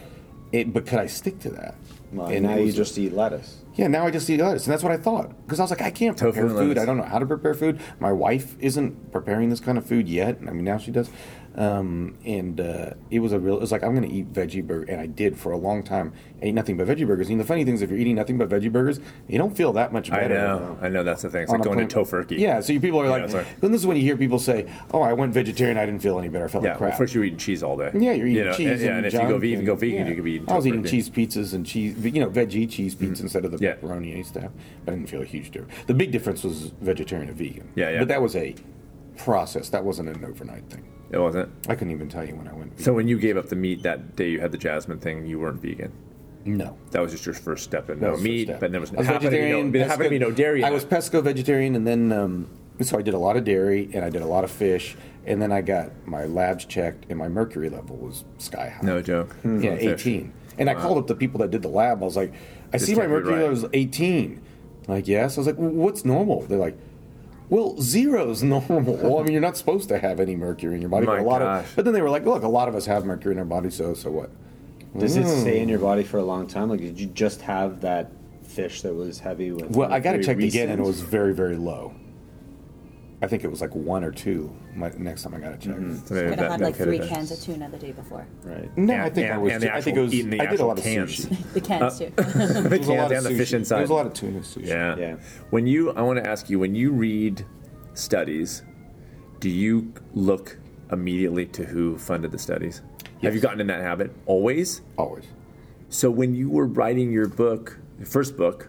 it, but could I stick to that? Well, And now it you was- just eat lettuce. yeah, now I just eat lettuce, and that's what I thought because I was like, I can't Tofu prepare and food. lettuce. I don't know how to prepare food. My wife isn't preparing this kind of food yet. I mean, now she does. Um, and uh, it was a real. It was like I'm going to eat veggie burger, and I did for a long time. I ate nothing but veggie burgers. And the funny thing is, if you're eating nothing but veggie burgers, you don't feel that much better. I know. I know that's the thing. It's on like a going to plane. tofurkey. Yeah, so you people are Yeah, like. it's like- Then this is when you hear people say, "Oh, I went vegetarian. I didn't feel any better. I felt Yeah. like Well, crap." first you're eating cheese all day. Yeah, you're eating know, cheese. And, yeah, and if you go junk vegan, and- go vegan, yeah. you could be eating. I was eating tofurkey. cheese pizzas and cheese, you know, veggie cheese pizza instead of the Yeah. pepperoni I used to have. But I didn't feel a huge difference. The big difference was vegetarian and vegan. Yeah, yeah. But that was a process. That wasn't an overnight thing. It wasn't. I couldn't even tell you when I went. Vegan. So when you gave up the meat that day, you had the jasmine thing. You weren't vegan. no. That was just your first step in That no was meat, first step. but there was, I was happened to be no, vegetarian, there happened to be pesco- no dairy. in I was it. pesco vegetarian, and then um, so I did a lot of dairy, and I did a lot of fish, and then I got my labs checked, and my mercury level was sky high. no joke. Yeah, Fish. 18. And I called up the people that did the lab. I was like, I see my can't be mercury right. level is 18. Like, yes. I was like, well, what's normal? They're like, well, zero's *laughs* normal. well, I mean, you're not supposed to have any mercury in your body. but My a lot gosh. of. But then they were like, look, a lot of us have mercury in our body, so so what? Does it stay in your body for a long time? Like, did you just have that fish that was heavy with? Well, I got very it checked again, and it recent? was very very low. I think it was like one or two. My, next time I got it checked. So maybe that- Could have had that like could three been. cans of tuna the day before. right. Mm-hmm. No, And- I think I and- was. and the I think it actual- was. eating the I did a actual lot of cans. *laughs* sushi. *laughs* The cans too. The There was a lot cans and of the sushi. fish inside. There was a lot of tuna sushi. Yeah. Yeah. When you, I want to ask you, when you read studies, do you look immediately to who funded the studies? Have you gotten in that habit always? Always. So when you were writing your book, your first book,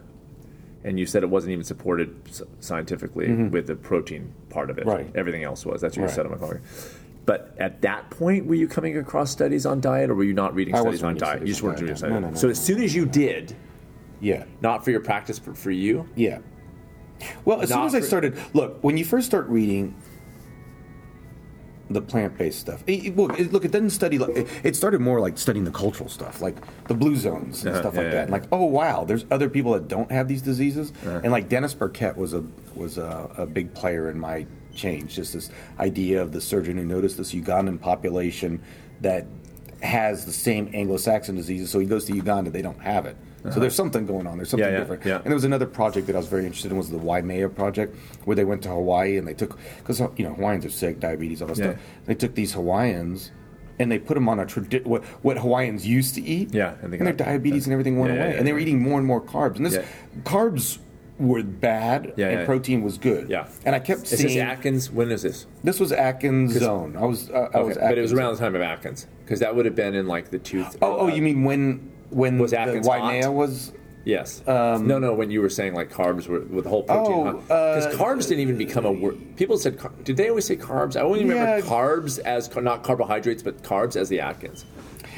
and you said it wasn't even supported s- scientifically with the protein part of it. Mm-hmm. Right. Everything else was. That's what Right. you said on my blog. But at that point, were you coming across studies on diet, or were you not reading I studies wasn't on reading diet? studies you just on weren't doing diet, studies. no. No, no, so no, as soon as you did, Yeah. not for your practice, but for you, Yeah. Well, as soon Not as I for- started, look, when you first start reading the plant-based stuff, it, it- look, it, look, it doesn't study. Like, it, it started more like studying the cultural stuff, like the blue zones and Uh-huh, stuff yeah, like yeah. Uh-huh. that. And like, oh wow, there's other people that don't have these diseases. And like Dennis Burkett was a was a, a big player in my change. Just this idea of the surgeon who noticed this Ugandan population that has the same Anglo-Saxon diseases, so he goes to Uganda, they don't have it. So there's something going on. There's something Uh-huh. Yeah, yeah, different. yeah. And there was another project that I was very interested in was the Waimea project, where they went to Hawaii and they took because you know Hawaiians are sick, diabetes, all that Yeah. stuff. They took these Hawaiians and they put them on a tradi- what, what Hawaiians used to eat. Yeah, and and, they their got- diabetes and everything went Yeah, yeah, away, yeah. and they were eating more and more carbs. And this Yeah. carbs were bad, Yeah, and yeah. protein was good. Yeah. and I kept Is this seeing Atkins? When is this? this was Atkins zone. I was uh, I was Okay, but it was Atkins around the time of Atkins, because that would have been in like the two. Oh, oh, you mean when when Was the Atkins Waimea hot? was yes? no, no. When you were saying like carbs were with the whole Um, Oh, protein, because uh, carbs didn't even become a word. People said, car- did they always say carbs? I only remember Yeah. carbs as car- not carbohydrates, but carbs as the Atkins.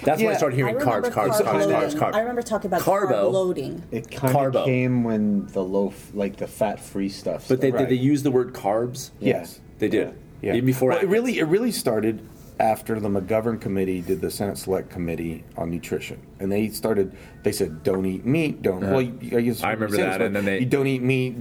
That's when I Yeah, started hearing carbs, remember carbs, carb carbs, carbs, loading. carbs. I remember talking about Carbo. carb loading. It kind Carbo. of came when the low, f- like the fat-free stuff. but they, started. did they use the word carbs? yes. they did. Yeah. Even before Well, it Atkins. really it really started after the McGovern committee did the Senate Select Committee on Nutrition, and they started. They said, "Don't eat meat. Don't." Well, you- I, guess Uh-huh. I remember Senate that, Select, and then they- you don't eat meat.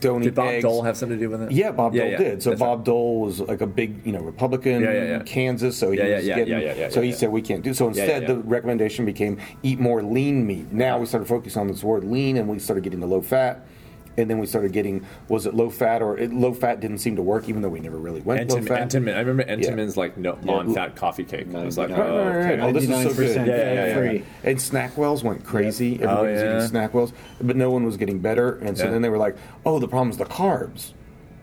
Don't Did eat Bob eggs. Dole have something to do with it? yeah, Bob Dole did. So That's Bob right. Dole was like a big, you know, Republican Yeah, yeah, yeah. Kansas. So he Yeah, yeah, was yeah, getting. yeah, yeah, yeah, so he yeah. said we can't do. So yeah, instead, yeah. the recommendation became eat more lean meat. Now we started focusing on this word lean, and we started getting to low fat. And then we started getting was it low fat or it, low fat didn't seem to work, even though we never really went low Entenmann, fat. Entenmann. I remember Entenmann's like no, non-fat coffee cake. I was like, oh, Right, right, right. okay. Oh, this is so good. 99% Yeah, yeah, yeah, yeah. free. And snack wells went crazy. Everybody Oh, yeah. was eating snack wells, but no one was getting better. And so Yeah. then they were like, "Oh, the problem is the carbs."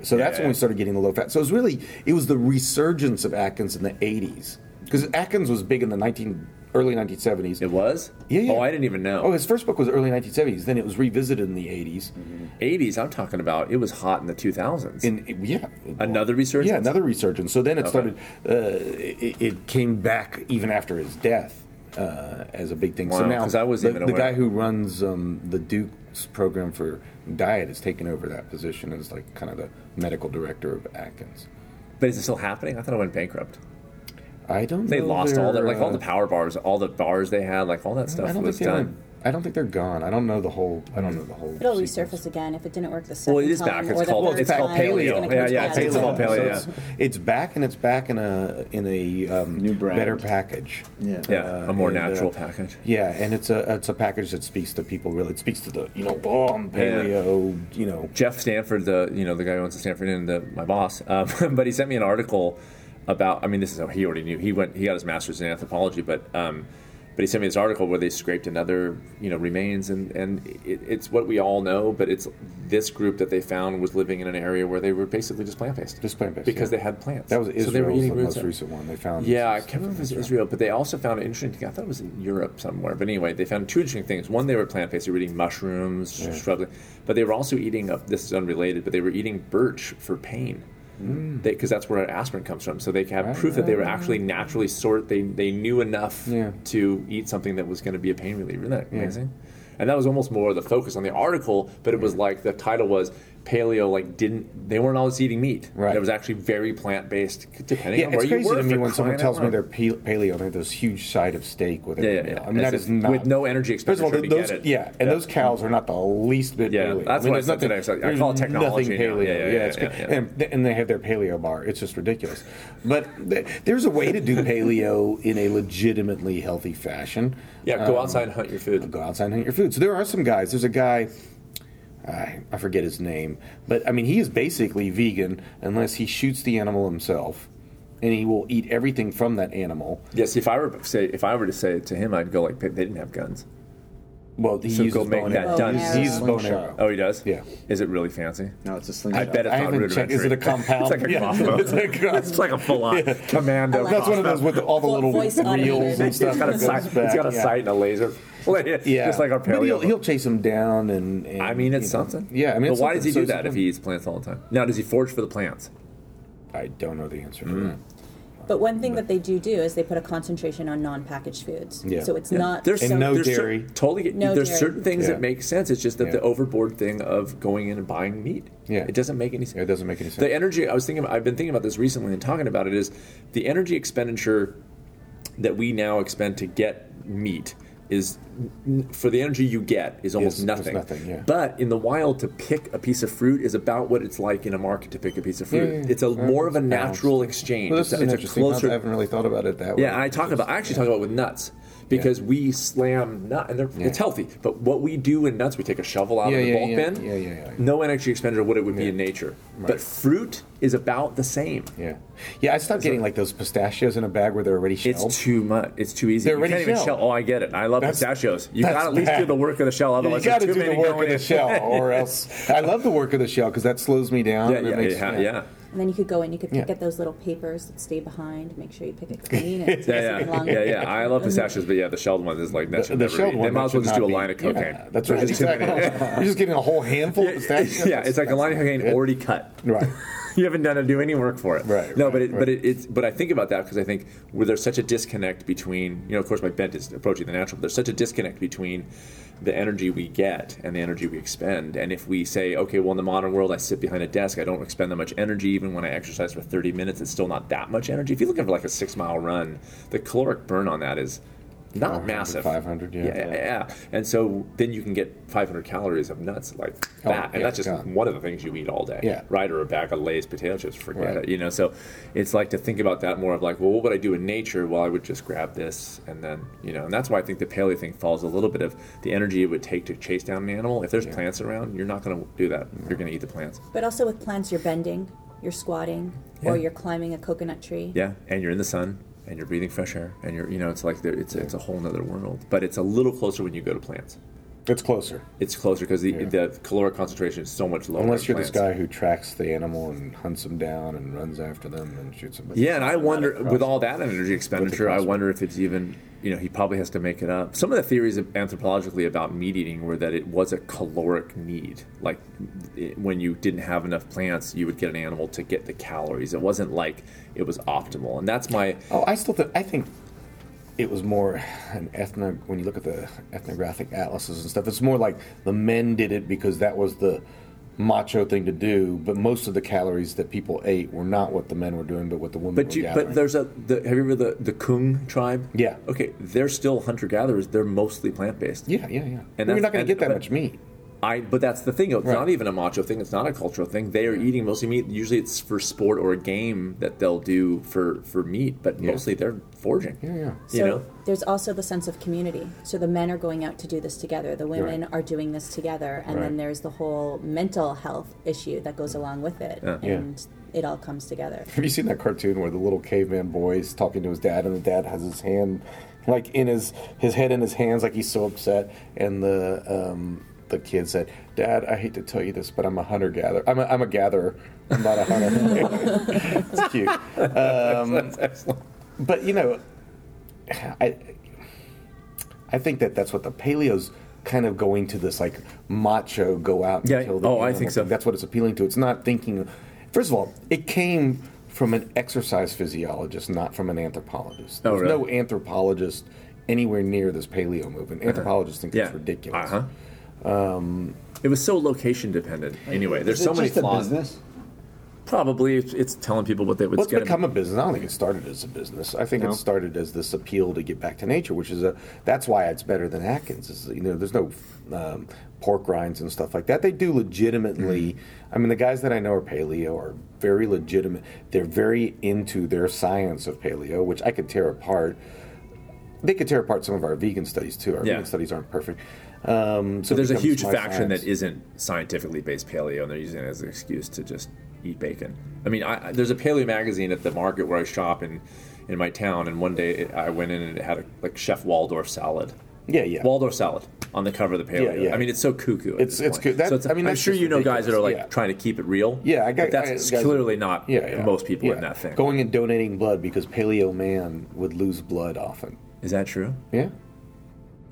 So that's when Yeah. we started getting the low fat. So it was really it was the resurgence of Atkins in the '80s because Atkins was big in the 19 early 1970s. It was? Yeah, yeah. Oh, I didn't even know. Oh, his first book was early 1970s. Then it was revisited in the 80s. Mm-hmm. 80s, I'm talking about. It was hot in the 2000s. In yeah, Another resurgence? Yeah, another resurgence. So then it started. Uh, it, it came back even after his death uh, as a big thing. so Wow, now 'cause I wasn't the, even the aware. guy who runs um, the Duke's program for diet has taken over that position as like kind of the medical director of Atkins. but is it still happening? I thought it went bankrupt. I don't. They know lost all their, their, like all uh, the power bars, all the bars they had, like all that stuff I don't was think they done. went- I don't think they're gone. I don't know the whole. I don't know the whole. It'll sequence. resurface again if it didn't work the second Well, it is time. back. It's or the called- third it's called time, paleo. gonna come Yeah, yeah, back. it's paleo. called paleo, it's, it's back, and it's back in a in a um, New brand. better package. Yeah. Yeah, a more and, uh, natural package. Yeah, and it's a it's a package that speaks to people. Really, it speaks to the you know oh, I'm paleo. You know, Jeff Stanford, the you know the guy who owns the Stanford Inn, the, my boss, um, *laughs* but he sent me an article about. I mean, this is how he already knew. He went. He got his master's in anthropology, but um, but he sent me this article where they scraped another you know remains, and and it, it's what we all know. But it's this group that they found was living in an area where they were basically just plant based, Just plant-based, because yeah. they had plants. that was Israel's so they were eating the roots most out- recent one they found. yeah, I It's- can't remember if it was Israel, but they also found an interesting thing. I thought it was in Europe somewhere. But anyway, they found two interesting things. One, they were plant based, they were eating mushrooms, shrubs, but they were also eating, a, this is unrelated, but they were eating birch for pain. Mm. Because that's where aspirin comes from. So they have proof that they were actually naturally sort, they, they knew enough Yeah. to eat something that was going to be a pain reliever. Isn't that amazing? And that was almost more the focus on the article, but it was like the title was paleo like didn't they weren't always eating meat Right. it was actually very plant-based depending Yeah, on where it's you crazy were to me for when someone crying out tells me loud. they're pa- paleo and they have this huge side of steak with it. Yeah, yeah, yeah. I mean, that That's is it. not With no energy First of all, expenditure to those, get it. yeah, and Yeah. those cows are not the least bit. Yeah, paleo. that's what I there's said today. I said, I there's call it technology Nothing now. paleo. Yeah, yeah, yeah, it's yeah, ca- yeah. And, and they have their paleo bar. It's just ridiculous. But th- there's a way to do paleo in a legitimately healthy fashion. Yeah, go Um, outside and hunt your food. go outside and hunt your food. So there are some guys. There's a guy. I I forget his name, but I mean he is basically vegan unless he shoots the animal himself, and he will eat everything from that animal. Yes, if I were to say if I were to say it to him, I'd go like they didn't have guns. Well, he So uses go make bone that arrow. done. He uses Bone bone arrow. arrow. Oh, he does. Yeah. Is it really fancy? No, it's a slingshot. I bet it's I not haven't checked. Is rudimentary. *laughs* it a compound? it's like a Yeah. crossbow. It's a *laughs* crossbow. It's like a *laughs* full on commando. Alexa. That's one of those with all the Vo- little voice reels automated. and stuff. It's got a that sight. goes back, It's got a yeah. sight and a laser. *laughs* Yeah, Just like our But he'll, paleo. he'll chase them down, and, and, I mean, it's you know. something. Yeah, I mean, but it's why does he something. do So that if he eats plants all the time? Now, does he forage for the plants? I don't know the answer to Hmm. that. But one thing that they do do is they put a concentration on non-packaged foods. Yeah. So it's Yeah. not there's And so- no there's cer- dairy. totally, get- No there's dairy. certain things Yeah. that make sense. It's just that Yeah. the overboard thing of going in and buying meat. Yeah. it doesn't make any sense. It doesn't make any sense. The energy I was thinking, I've been thinking about this recently and talking about it is the energy expenditure that we now expend to get meat is for the energy you get is almost Is- is nothing. nothing, yeah. But in the wild, to pick a piece of fruit is about what it's like in a market to pick a piece of fruit. yeah, yeah. It's a Yeah, more of a it's balanced. natural exchange. Well, it's this is a, an it's a interesting. concept. closer I haven't really thought about it that way. yeah, and I talk about. I actually talk about it with nuts because we slam nut, and they're, it's healthy. But what we do in nuts, we take a shovel out Yeah, of the yeah, bulk yeah. bin. Yeah, yeah, yeah. No energy expenditure what it would be in nature. But fruit is about the same. Yeah, yeah. I stopped getting like those pistachios in a bag where they're already It's shelled. too much. It's too easy. They're you already can't even shelled. shell. Oh, I get it. I love That's- pistachios. You that's got to at least bad. do the work of the shell. you Otherwise, got to there's do too the many work going of the in. shell, *laughs* or else I love the work of the shell because that slows me down. Yeah, and it yeah, makes- yeah, yeah, yeah. And then you could go in, you could pick Yeah. up those little papers that stay behind, make sure you pick it *laughs* clean. And it's Yeah, nice and yeah, long. yeah, yeah. I love pistachios, but yeah, the shelled one is like that The, should the never shelled be. one. They might that as well should just do not a be- line of cocaine. Yeah, that's right. There's just too many. Exactly. You're just getting a whole handful of *laughs* pistachios. yeah, it's like a line of cocaine already cut. Right. *laughs* you haven't done to do any work for it. Right, No, right, but it, right. but it, it's but I think about that because I think where there's such a disconnect between you know of course my bent is approaching the natural, but there's such a disconnect between the energy we get and the energy we expend. And if we say, okay, well in the modern world I sit behind a desk, I don't expend that much energy. Even when I exercise for 30 minutes, it's still not that much energy. If you look at like a six mile run, the caloric burn on that is not 400, massive. 500, yeah. yeah, yeah, yeah. And so then you can get 500 calories of nuts like Oh, that, and yeah, that's just God. one of the things you eat all day, Yeah. right? Or a bag of Lay's potato chips, forget Right. it, you know. So it's like to think about that more of like, well, what would I do in nature? Well, I would just grab this, and then you know, and that's why I think the paleo thing falls a little bit of the energy it would take to chase down an animal. If there's plants around, you're not going to do that. You're going to eat the plants, But also with plants, you're bending, you're squatting, or Yeah. you're climbing a coconut tree. yeah. And you're in the sun, and you're breathing fresh air, and you're you know, it's like there, it's it's a whole nother world, but it's a little closer when you go to plants. It's *laughs* closer. It's closer because the, the caloric concentration is so much lower. Unless in you're this plants. guy who tracks the animal and hunts them down and runs after them and shoots them. Yeah, and I wonder with all that energy expenditure, I crossbow. wonder if it's even you know he probably has to make it up. Some of the theories of- anthropologically about meat eating were that it was a caloric need. Like it, when you didn't have enough plants, you would get an animal to get the calories. It wasn't like it was optimal, and that's my Oh, I still think I think it was more an ethno. When you look at the ethnographic atlases and stuff, it's more like the men did it because that was the macho thing to do, but most of the calories that people ate were not what the men were doing, but what the women were But you, gathering. but there's a the, have you ever the the Kung tribe? Yeah. Okay, they're still hunter gatherers. They're mostly plant based. yeah, yeah, yeah. And And you're that's- not going and- to get that but- much meat. I but that's the thing. It's Right. not even a macho thing. It's not a cultural thing. They are eating mostly meat. Usually it's for sport or a game that they'll do for for meat, but mostly they're foraging. Yeah, yeah. So You know? there's also the sense of community. So the men are going out to do this together. The women are doing this together, and then Right. there's the whole mental health issue that goes along with it, Yeah. and it all comes together. *laughs* Have you seen that cartoon where the little caveman boy is talking to his dad, and the dad has his hand, like in his his head in his hands, like he's so upset, and the um, the kid said, "Dad, I hate to tell you this, but I'm a hunter gatherer. I'm a, I'm a gatherer. I'm not a hunter." *laughs* It's cute, um, That's excellent. but you know, I I think that that's what the paleos kind of going to this like macho go out and Yeah, kill the oh, I animal think so. thing. That's what it's appealing to. It's not thinking. First of all, it came from an exercise physiologist, not from an anthropologist. Oh, There's no really? Uh-huh. anthropologist anywhere near this paleo movement. Anthropologists think Yeah. it's ridiculous. Um, Uh-huh. It was so location dependent. Anyway, there's Is so it many just a flaws. business? Probably it's, it's telling people what they would Well, it's get. become a business. I don't think it started as a business. I think No. it started as this appeal to get back to nature, which is a. That's why it's better than Atkins. Is you know, there's no um, pork rinds and stuff like that. They do legitimately. Mm-hmm. I mean, the guys that I know are paleo are very legitimate. They're very into their science of paleo, which I could tear apart. They could tear apart some of our vegan studies too. Our Yeah. vegan studies aren't perfect. Um, so But it there's a becomes huge my faction science. that isn't scientifically based paleo, and they're using it as an excuse to just eat bacon. I mean, I, I- there's a paleo magazine at the market where I shop in in my town, and one day it, I went in and it had a like Chef Waldorf salad. Yeah, yeah. Waldorf salad on the cover of the paleo. Yeah, yeah. I mean, it's so cuckoo. at It's- this it's point. coo- that- so it's, I mean, I'm that's sure just you know guys that are like ridiculous, yeah. trying to keep it real. Yeah, I got But that's I- it's guys- clearly not yeah, yeah. most people in Yeah. that thing. Going and donating blood because paleo man would lose blood often. Is that true? Yeah,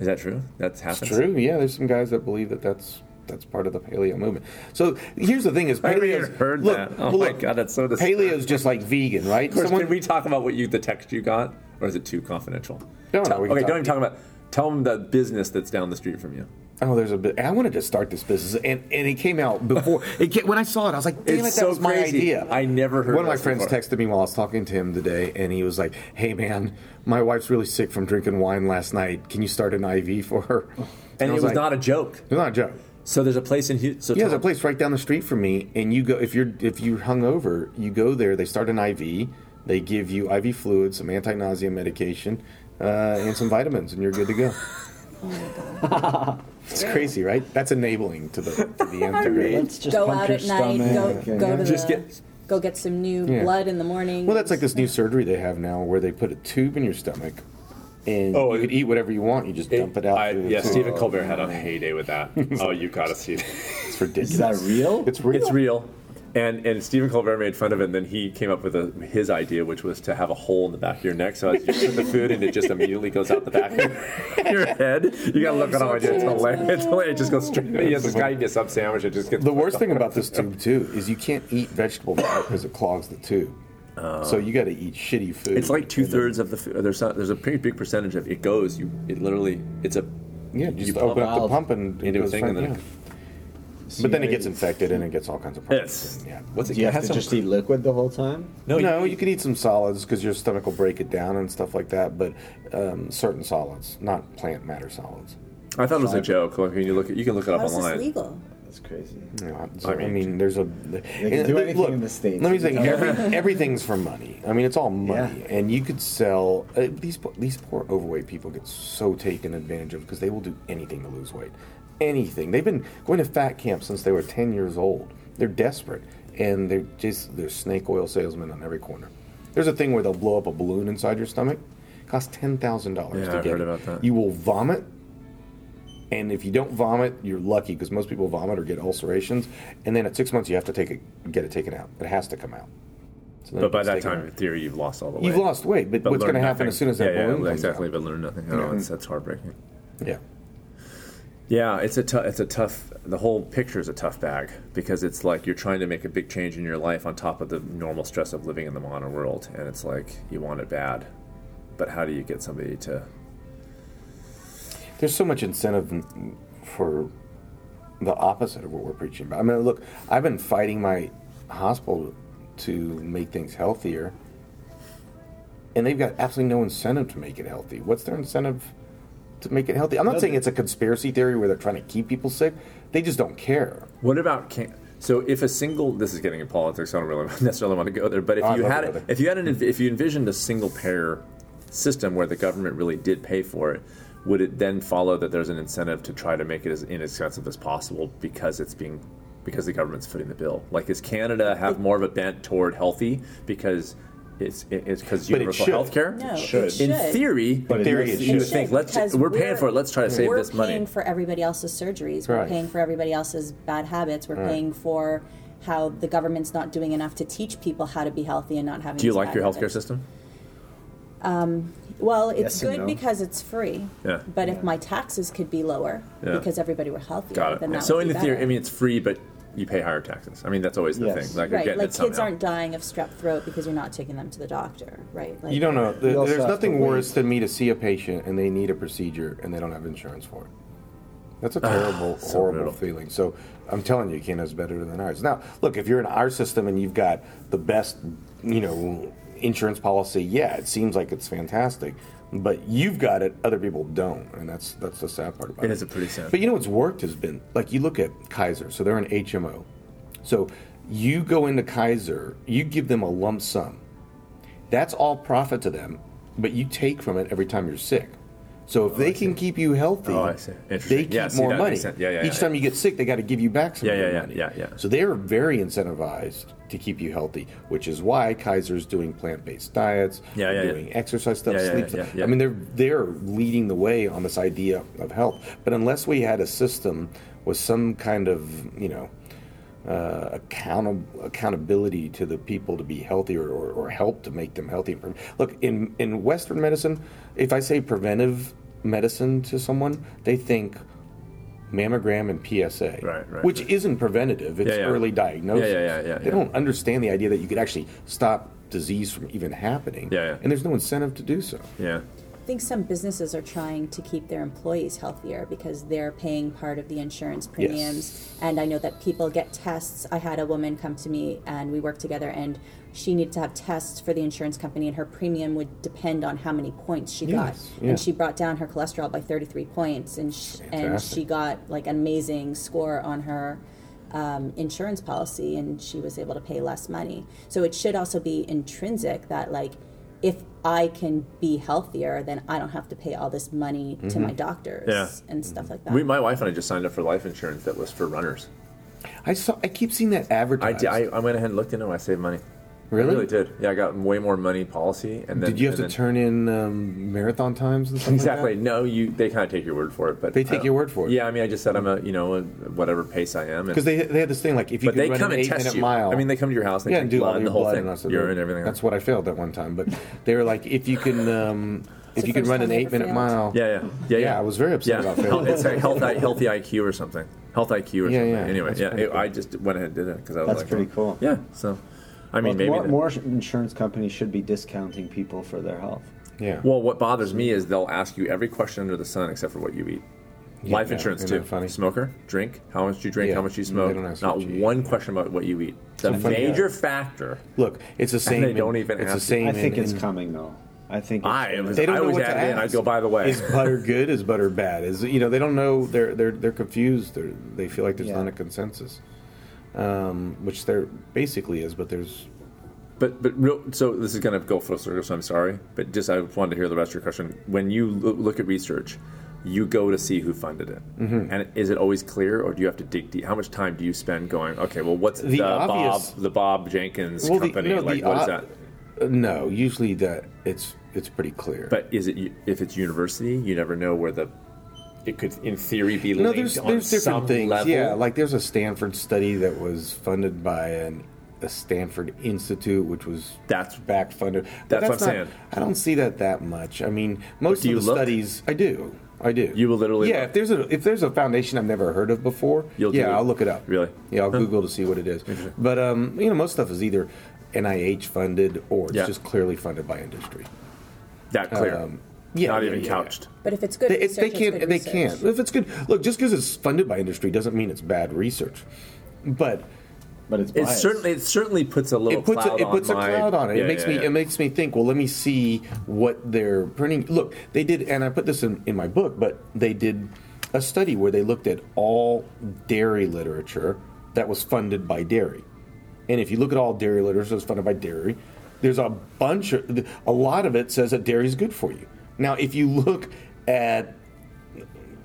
Is that true? That's happened. it's true. Yeah, there's some guys that believe that that's that's part of the paleo movement. So here's the thing: is I haven't even paleo heard that. Oh my God, that's so dis- Paleo's just like vegan, right? Chris, can we talk about what you the text you got, or is it too confidential? No, no, Tell- we okay, can don't talk. even talk about. Tell them the business that's down the street from you. oh, there's a bit. I wanted to start this business, and and it came out *laughs* before. it came, when I saw it, I was like, "Damn It's it, that so was my crazy. idea." I never heard One of my that friends before. texted me while I was talking to him today, and he was like, "Hey, man, my wife's really sick from drinking wine last night. Can you start an IV for her?" And it I was like, not a joke. It's not a joke. So there's a place in Houston. So Yeah, tell there's a them- place right down the street from me, and you go if you're if you're hungover, you go there. They start an IV. They give you IV fluid, some anti-nausea medication, uh, and some vitamins, and you're good to go. *laughs* it's crazy, right? That's enabling to the to the end degree. Let's just go pump out your at night, go, stomach and- go to Just the, get- go get some new Yeah. blood in the morning. Well, that's like this new surgery they have now, where they put a tube in your stomach, and Oh, you could it- eat whatever you want. You just dump it out. I, through the yeah, tube. Oh, Stephen Colbert had a heyday with *laughs* that. oh, you gotta see it. It's Is ridiculous. that real? It's real. It's real. And and Stephen Colbert made fun of it, and then he came up with a, his idea, which was to have a hole in the back of your neck, so as you put the food in, it just immediately goes out the back of *laughs* your head. You gotta look at all ideas. It's hilarious. It just goes straight. He has this guy eating a sub sandwich. It just gets The worst thing about this tube too is you can't eat vegetable matter because it clogs the tube. so you got to eat shitty food. It's like two thirds of the food. There's not, there's a pretty big percentage of it goes. You it literally it's a Yeah, you just pump open up the valve pump and into a goes thing and right then it- down. So but then you it gets gotta- infected and it gets all kinds of problems. it's Yeah. what's it Do you have has to some- just eat liquid the whole time? no you- no, you can eat some solids because your stomach will break it down and stuff like that. But um, certain solids, not plant matter solids. I thought it was a joke. Like, when you look it- you can look it up How's this online. legal? That's crazy. You know, so, I, mean, there's a. They can do anything in the States. Let me say, every, everything's for money. I mean, it's all money, and you could sell uh, these. po- These poor overweight people get so taken advantage of because they will do anything to lose weight, anything. They've been going to fat camp since they were ten years old. They're desperate, and they're just there's snake oil salesmen on every corner. There's a thing where they'll blow up a balloon inside your stomach. Costs ten thousand dollars Yeah, to I've get. heard it. about that. You will vomit and if you don't vomit, you're lucky because most people vomit or get ulcerations. And then at six months, you have to take it, get it taken out. It has to come out. So then But by it's that taken time, out. in theory, you've lost all the weight. you've lost weight. But, But what's going to learned happen nothing. as soon as that yeah, balloon yeah, comes exactly? out? But learn nothing. Oh, that's, that's heartbreaking. Yeah. Yeah, it's a t- it's a tough. The whole picture is a tough bag because it's like you're trying to make a big change in your life on top of the normal stress of living in the modern world, and it's like you want it bad, but how do you get somebody to? There's so much incentive for the opposite of what we're preaching about. I mean, look, I've been fighting my hospital to make things healthier, and they've got absolutely no incentive to make it healthy. What's their incentive to make it healthy? I'm not saying it's a conspiracy theory where they're trying to keep people sick. They just don't care. What about can- so if a single this is getting into politics, I don't really *laughs* necessarily want to go there, but if Oh, I'd you love had to go there. if you had an if you envisioned a single payer system where the government really did pay for it, would it then follow that there's an incentive to try to make it as inexpensive as possible because it's being because the government's footing the bill? Like, is Canada have more of a bent toward healthy because it's it- it's because But it universal should. health care? No, it should. In should. In theory, In but theory, it you would should. think let's Because we're paying for it. Let's try to save we're this money. paying for everybody else's surgeries. We're Right. paying for everybody else's bad habits. We're paying for how the government's not doing enough to teach people how to be healthy and not having. Do you these like bad your healthcare habits. system? Well, it's Yes and good no. because it's free. Yeah. But if my taxes could be lower Yeah. because everybody were healthier, Got then it. that So would in be the theory, better. I mean, it's free, but you pay higher taxes. I mean, that's always the Yes. thing. Like, you're right? getting Like it kids somehow. aren't dying of strep throat because you're not taking them to the doctor, right? Like, You don't know. There- also There's have to nothing wait. worse than me to see a patient and they need a procedure and they don't have insurance for it. That's a terrible, Ah, so horrible brutal. feeling. So I'm telling you, Canada's better than ours. Now, look, if you're in our system and you've got the best, you know, insurance policy, yeah, it seems like it's fantastic. But you've got it, other people don't, and that's that's the sad part about it. It is a pretty sad- But you know what's worked has been like you look at Kaiser, so they're an HMO. So you go into Kaiser, you give them a lump sum. That's all profit to them, but you take from it every time you're sick. So if they can keep you healthy, Oh, I see. Interesting. they keep Yeah, see, more that money. makes sense. Yeah, yeah, Each yeah. time you get sick, they got to give you back some Yeah, of your yeah, yeah, money. yeah, yeah. So they are very incentivized to keep you healthy, which is why Kaiser's doing plant-based diets, Yeah, yeah, yeah. doing exercise stuff, Yeah, yeah, sleep yeah, stuff. yeah, yeah. I mean, they're they're leading the way on this idea of health. But unless we had a system with some kind of you know uh, account- accountability to the people to be healthier or, or help to make them healthy. Look, in, in Western medicine, if I say preventive medicine to someone, they think mammogram and PSA, Right, right, which right. isn't preventative, it's Yeah, yeah. early diagnosis. Yeah, yeah, yeah, yeah, they yeah. don't understand the idea that you could actually stop disease from even happening, Yeah, yeah. and there's no incentive to do so. Yeah. I think some businesses are trying to keep their employees healthier because they're paying part of the insurance premiums. And I know that people get tests. I had a woman come to me and we worked together, and she needed to have tests for the insurance company, and her premium would depend on how many points she Yes, got. yeah. And she brought down her cholesterol by 33 points, and sh- and Fantastic. she got like an amazing score on her um, insurance policy and she was able to pay less money. So it should also be intrinsic that like if I can be healthier, then I don't have to pay all this money to my doctors Mm-hmm. Yeah. and stuff like that. We, my wife and I just signed up for life insurance that was for runners. I saw, I keep seeing that I, advertised. did, I, I went ahead and looked into it. I saved money. I Really? really did. Yeah, I got way more money policy. And then Did you have to and then- turn in um, marathon times and stuff like that? Exactly. No, you. They kind of take your word for it, but I They take don't- your word for it. Yeah, I mean, I just said I'm a you know a, whatever pace I am. and- Because they, they had this thing like if you but could they run come an and eight test minute you. mile, I mean, they come to your house. They yeah, take and do blood, all your the whole blood thing, and all that. urine, everything. That's what I failed that one time. But they were like, if you can, um, if the you can first run time an I ever eight minute failed. mile, Yeah, yeah, yeah, yeah. Yeah, I was very upset yeah. about failing. It's like health, healthy IQ or something. Health IQ or Yeah, something. yeah. Anyway, That's yeah, pretty it- I just went ahead and did it because I was That's like, pretty cool. Yeah. So, I mean, maybe more, the- more insurance companies should be discounting people for their health. yeah. Well, what bothers me is they'll ask you every question under the sun except for what you eat. Life yeah, insurance isn't too. that funny? Smoker, drink, how much you drink, Yeah, how much you they smoke. don't ask Not what you eat. one question about what you eat. The funny how- major factor. Look, it's the same. they don't even It's the ask. same. I think in- it's in- coming though. I think it's I coming. was. They don't I know always what to add it in. I ask. go by the way. Is butter good? Is butter bad? Is you know they don't know. They're they're they're confused. They're, they feel like there's Yeah. not a consensus, um, which there basically is. But there's But but real, so this is gonna go full circle. So I'm sorry, but just I wanted to hear the rest of your question. When you lo- look at research, you go to see who funded it, Mm-hmm. and is it always clear, or do you have to dig deep? How much time do you spend going? Okay, well, what's the, The obvious- Bob the Bob Jenkins Well, the- company? no, like the what is ob- that? uh, no. Usually that it's it's pretty clear. But is it u- if it's university, you never know where the it could in theory be No, linked there's on there's some different things. level. Yeah, like there's a Stanford study that was funded by an a Stanford Institute, which was That's- back funded. that's what I'm saying. I don't see that that much. I mean, most do of you the look? studies I do. I do. You will literally yeah. look? If there's a if there's a foundation I've never heard of before, You'll do yeah, it. I'll look it up. Really? Yeah, I'll Google to see what it is. But um, you know, most stuff is either NIH funded or it's Yeah. just clearly funded by industry. that clear. Um, Yeah, not yeah, even yeah, couched. But if it's good, They, it's, research, they it's can't. good They research. can't. If it's good, look. Just because it's funded by industry doesn't mean it's bad research. But but it's It biased. certainly it certainly puts a little it puts a, cloud it puts on a my- cloud on it. Yeah, it makes yeah, me yeah. it makes me think. Well, let me see what they're printing. Look, they did, and I put this in in my book, but they did a study where they looked at all dairy literature that was funded by dairy, and if you look at all dairy literature that's funded by dairy, there's a bunch of a lot of it says that dairy is good for you. Now, if you look at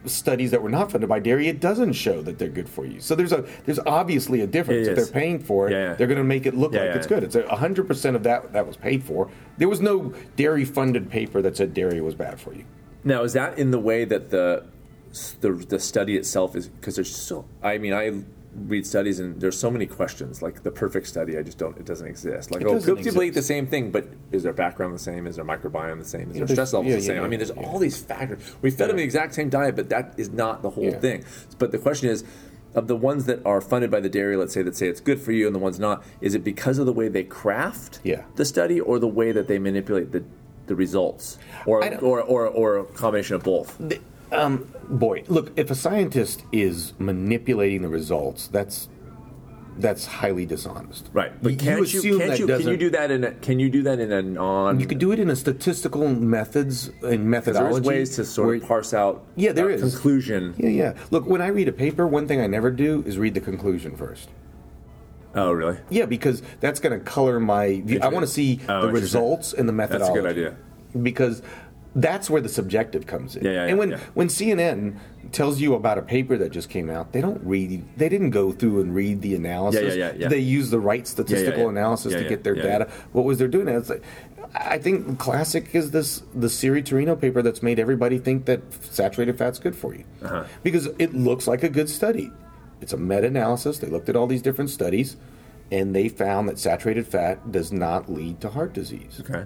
studies that were not funded by dairy, it doesn't show that they're good for you. So there's a there's obviously a difference. Yeah, if yes. they're paying for it, Yeah, yeah. they're going to make it look Yeah, like yeah. it's good. It's a hundred percent of that that was paid for. There was no dairy funded paper that said dairy was bad for you. Now, is that in the way that the the, the study itself is? Because there's so I mean I read studies and there's so many questions like the perfect study I just don't it doesn't exist like It oh doesn't good people eat exist. the same thing but is their background the same is their microbiome the same is their there's- stress levels yeah, the yeah, same I yeah, mean there's yeah. all these factors we fed them the exact same diet but that is not the whole Yeah. thing but the question is of the ones that are funded by the dairy let's say that say it's good for you and the ones not is it because of the way they craft Yeah. the study or the way that they manipulate the the results or I don't- or, or or a combination of both Boy, look, if a scientist is manipulating the results, that's that's highly dishonest. Right, but You- can't you, assume can't that you can you doesn't- do that in a can you do that in a non You could do it in a statistical methods and there's methodology. ways to sort where- of parse out Yeah, there a is. conclusion. Yeah, yeah. Look, when I read a paper, one thing I never do is read the conclusion first. Oh, really? Yeah, because that's going to color my view. I want to see Oh, the interesting. results and the good methodology. idea. Because that's where the subjective comes in. Yeah, yeah, and yeah, when yeah. when CNN tells you about a paper that just came out, they don't read. They didn't go through and read the analysis. yeah, yeah. They use the right statistical yeah. analysis Yeah, to yeah, get their yeah, data. What was they're doing? It's like, I think classic is this the Siri Torino paper that's made everybody think that saturated fat's good for you Uh-huh. because it looks like a good study. It's a meta-analysis. They looked at all these different studies, and they found that saturated fat does not lead to heart disease. Okay.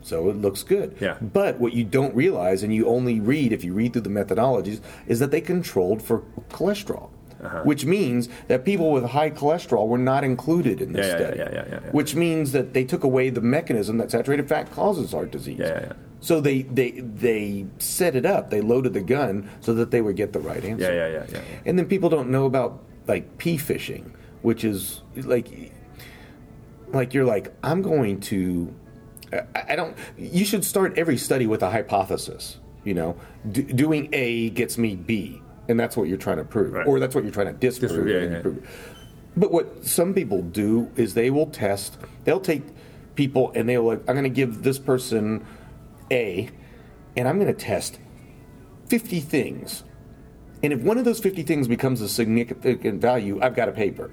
So it looks good. Yeah. But what you don't realize, and you only read if you read through the methodologies, is that they controlled for cholesterol. Uh-huh. Which means that people with high cholesterol were not included in this Yeah, yeah, study. yeah, yeah, yeah, yeah. Which means that they took away the mechanism that saturated fat causes heart disease. Yeah, yeah, yeah. So they, they they set it up. They loaded the gun so that they would get the right answer. Yeah, yeah, yeah, yeah. yeah. And then people don't know about like pea fishing, which is like, like you're like I'm going to, I, I don't. You should start every study with a hypothesis. You know, D- doing A gets me B, and that's what you're trying to prove, Right. or that's what you're trying to disprove. Disprove, yeah, and you yeah. prove it. But what some people do is they will test. They'll take people and they'll like, I'm going to give this person A, and I'm going to test 50 things and if one of those 50 things becomes a significant value, I've got a paper.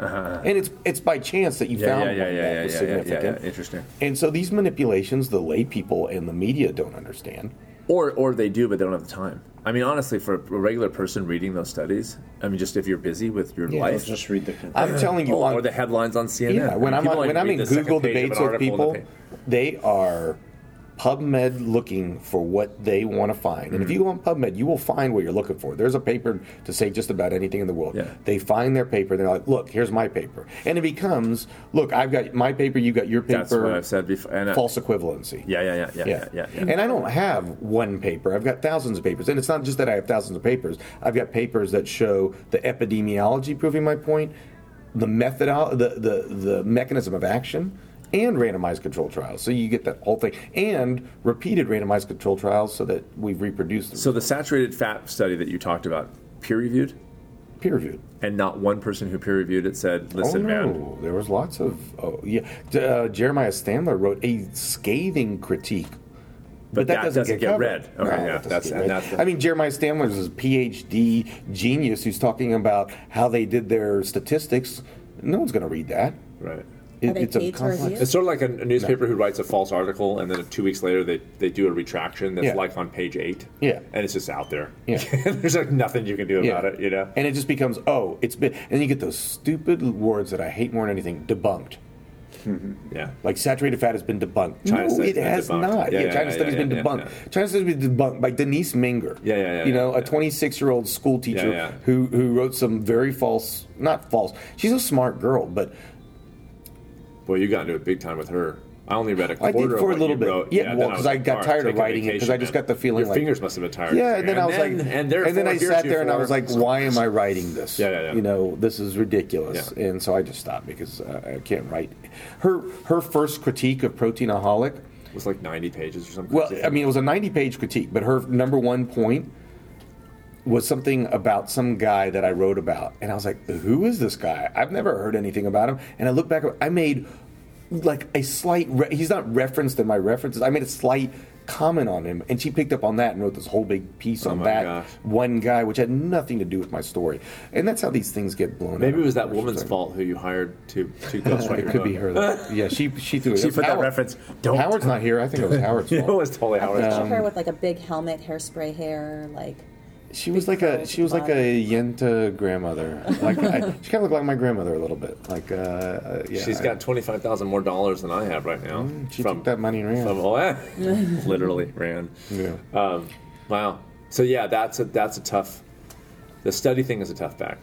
And it's it's by chance that you Uh-huh. Yeah, found yeah, yeah, one yeah, that yeah, was yeah, yeah, yeah, significant. yeah, interesting. And so these manipulations, the lay people and the media don't understand. Or or they do, but they don't have the time. I mean, honestly, for a regular person reading those studies, I mean, just if you're busy with your I'll life, just read the conclusion. *clears throat* I'm telling you, Oh, on- or the headlines on CNN. yeah, when I I'm mean, people on- like when I'm read in the second Google page of an debates with article and people, the pa- they are PubMed looking for what they want to find. Mm. And if you go on PubMed, you will find what you're looking for. There's a paper to say just about anything in the world. Yeah. They find their paper. They're like, look, here's my paper, and it becomes, look, I've got my paper, you got your paper. That's what I've said before. And I- False equivalency. Yeah, yeah, yeah, yeah, yeah, Yeah. yeah. yeah. And I don't have one paper. I've got thousands of papers. And it's not just that I have thousands of papers. I've got papers that show the epidemiology proving my point, the method the, the the mechanism of action, and randomized control trials. So you get that whole thing. And repeated randomized control trials so that we've reproduced them. so the saturated fat study that you talked about, peer reviewed, peer reviewed. and not one person who peer reviewed it said, "Listen, oh, man, no. There was lots of oh yeah. D- Uh, Jeremiah Stanler wrote a scathing critique. But that doesn't get covered. read. Okay, yeah, that doesn't that's- get and read. that's the- I mean, Jeremiah Stanler is a PhD genius who's talking about how they did their statistics. No one's going to read that. Right. It- Are they it's a paid to complex- review? It's sort of like a, a newspaper who writes a false article and then two weeks later they, they do a retraction that's Yeah. like on page eight. Yeah. And it's just out there. Yeah. *laughs* There's like nothing you can do about it, you know? And it just becomes oh, it's been, and you get those stupid words that I hate more than anything: debunked. Yeah. Like saturated fat has been debunked. China no, study's it been has debunked. not. Yeah, Yeah, yeah, China yeah, study's yeah, been yeah, debunked. yeah. China study's been debunked by Denise Minger. Yeah, yeah, yeah, You know, yeah, a 26 year old school teacher yeah. who who wrote some very false, not false. She's a smart girl, but Boy, you got into it big time with her. I only read a I quarter did for of what a little you bit. wrote. Yeah, then well, was 'cause I like, got all tired of take a writing it, 'cause I vacation, just man. got the feeling your like- fingers must have been tired. Yeah, and then I was then- like, and, and then I therefore, sat there and I was heretofore- like, why am I writing this? Yeah, yeah, yeah. You know, this is ridiculous. Yeah. And so I just stopped because uh, I I can't write. Her her first critique of Proteinaholic. It was like 90 pages or something. Well, crazy. I mean, it was a 90 page critique, but her number one point was something about some guy that I wrote about. And I was like, who is this guy? I've never heard anything about him. And I look back, I made like a slight, re- he's not referenced in my references. I made a slight comment on him. And she picked up on that and wrote this whole big piece on Oh my that gosh. one guy, which had nothing to do with my story. And that's how these things get blown up. maybe it was that woman's fault who you hired to to ghostwrite. It could be her. That, yeah, she she *laughs* threw it. It was She put that Howard- reference, "Don't." Howard's not here. I think it was Howard's fault. it was totally I Howard. picture um, her with like a big helmet, hairspray hair, like She was like a she was like a Yenta grandmother. Like I, she kind of looked like my grandmother a little bit. Like uh, uh, yeah, Mm, She's got twenty five thousand more dollars than I have right now. she took that money and ran. from- oh, eh. *laughs* literally ran. yeah. Um, wow. So yeah, that's a that's a tough. The study thing is a tough back.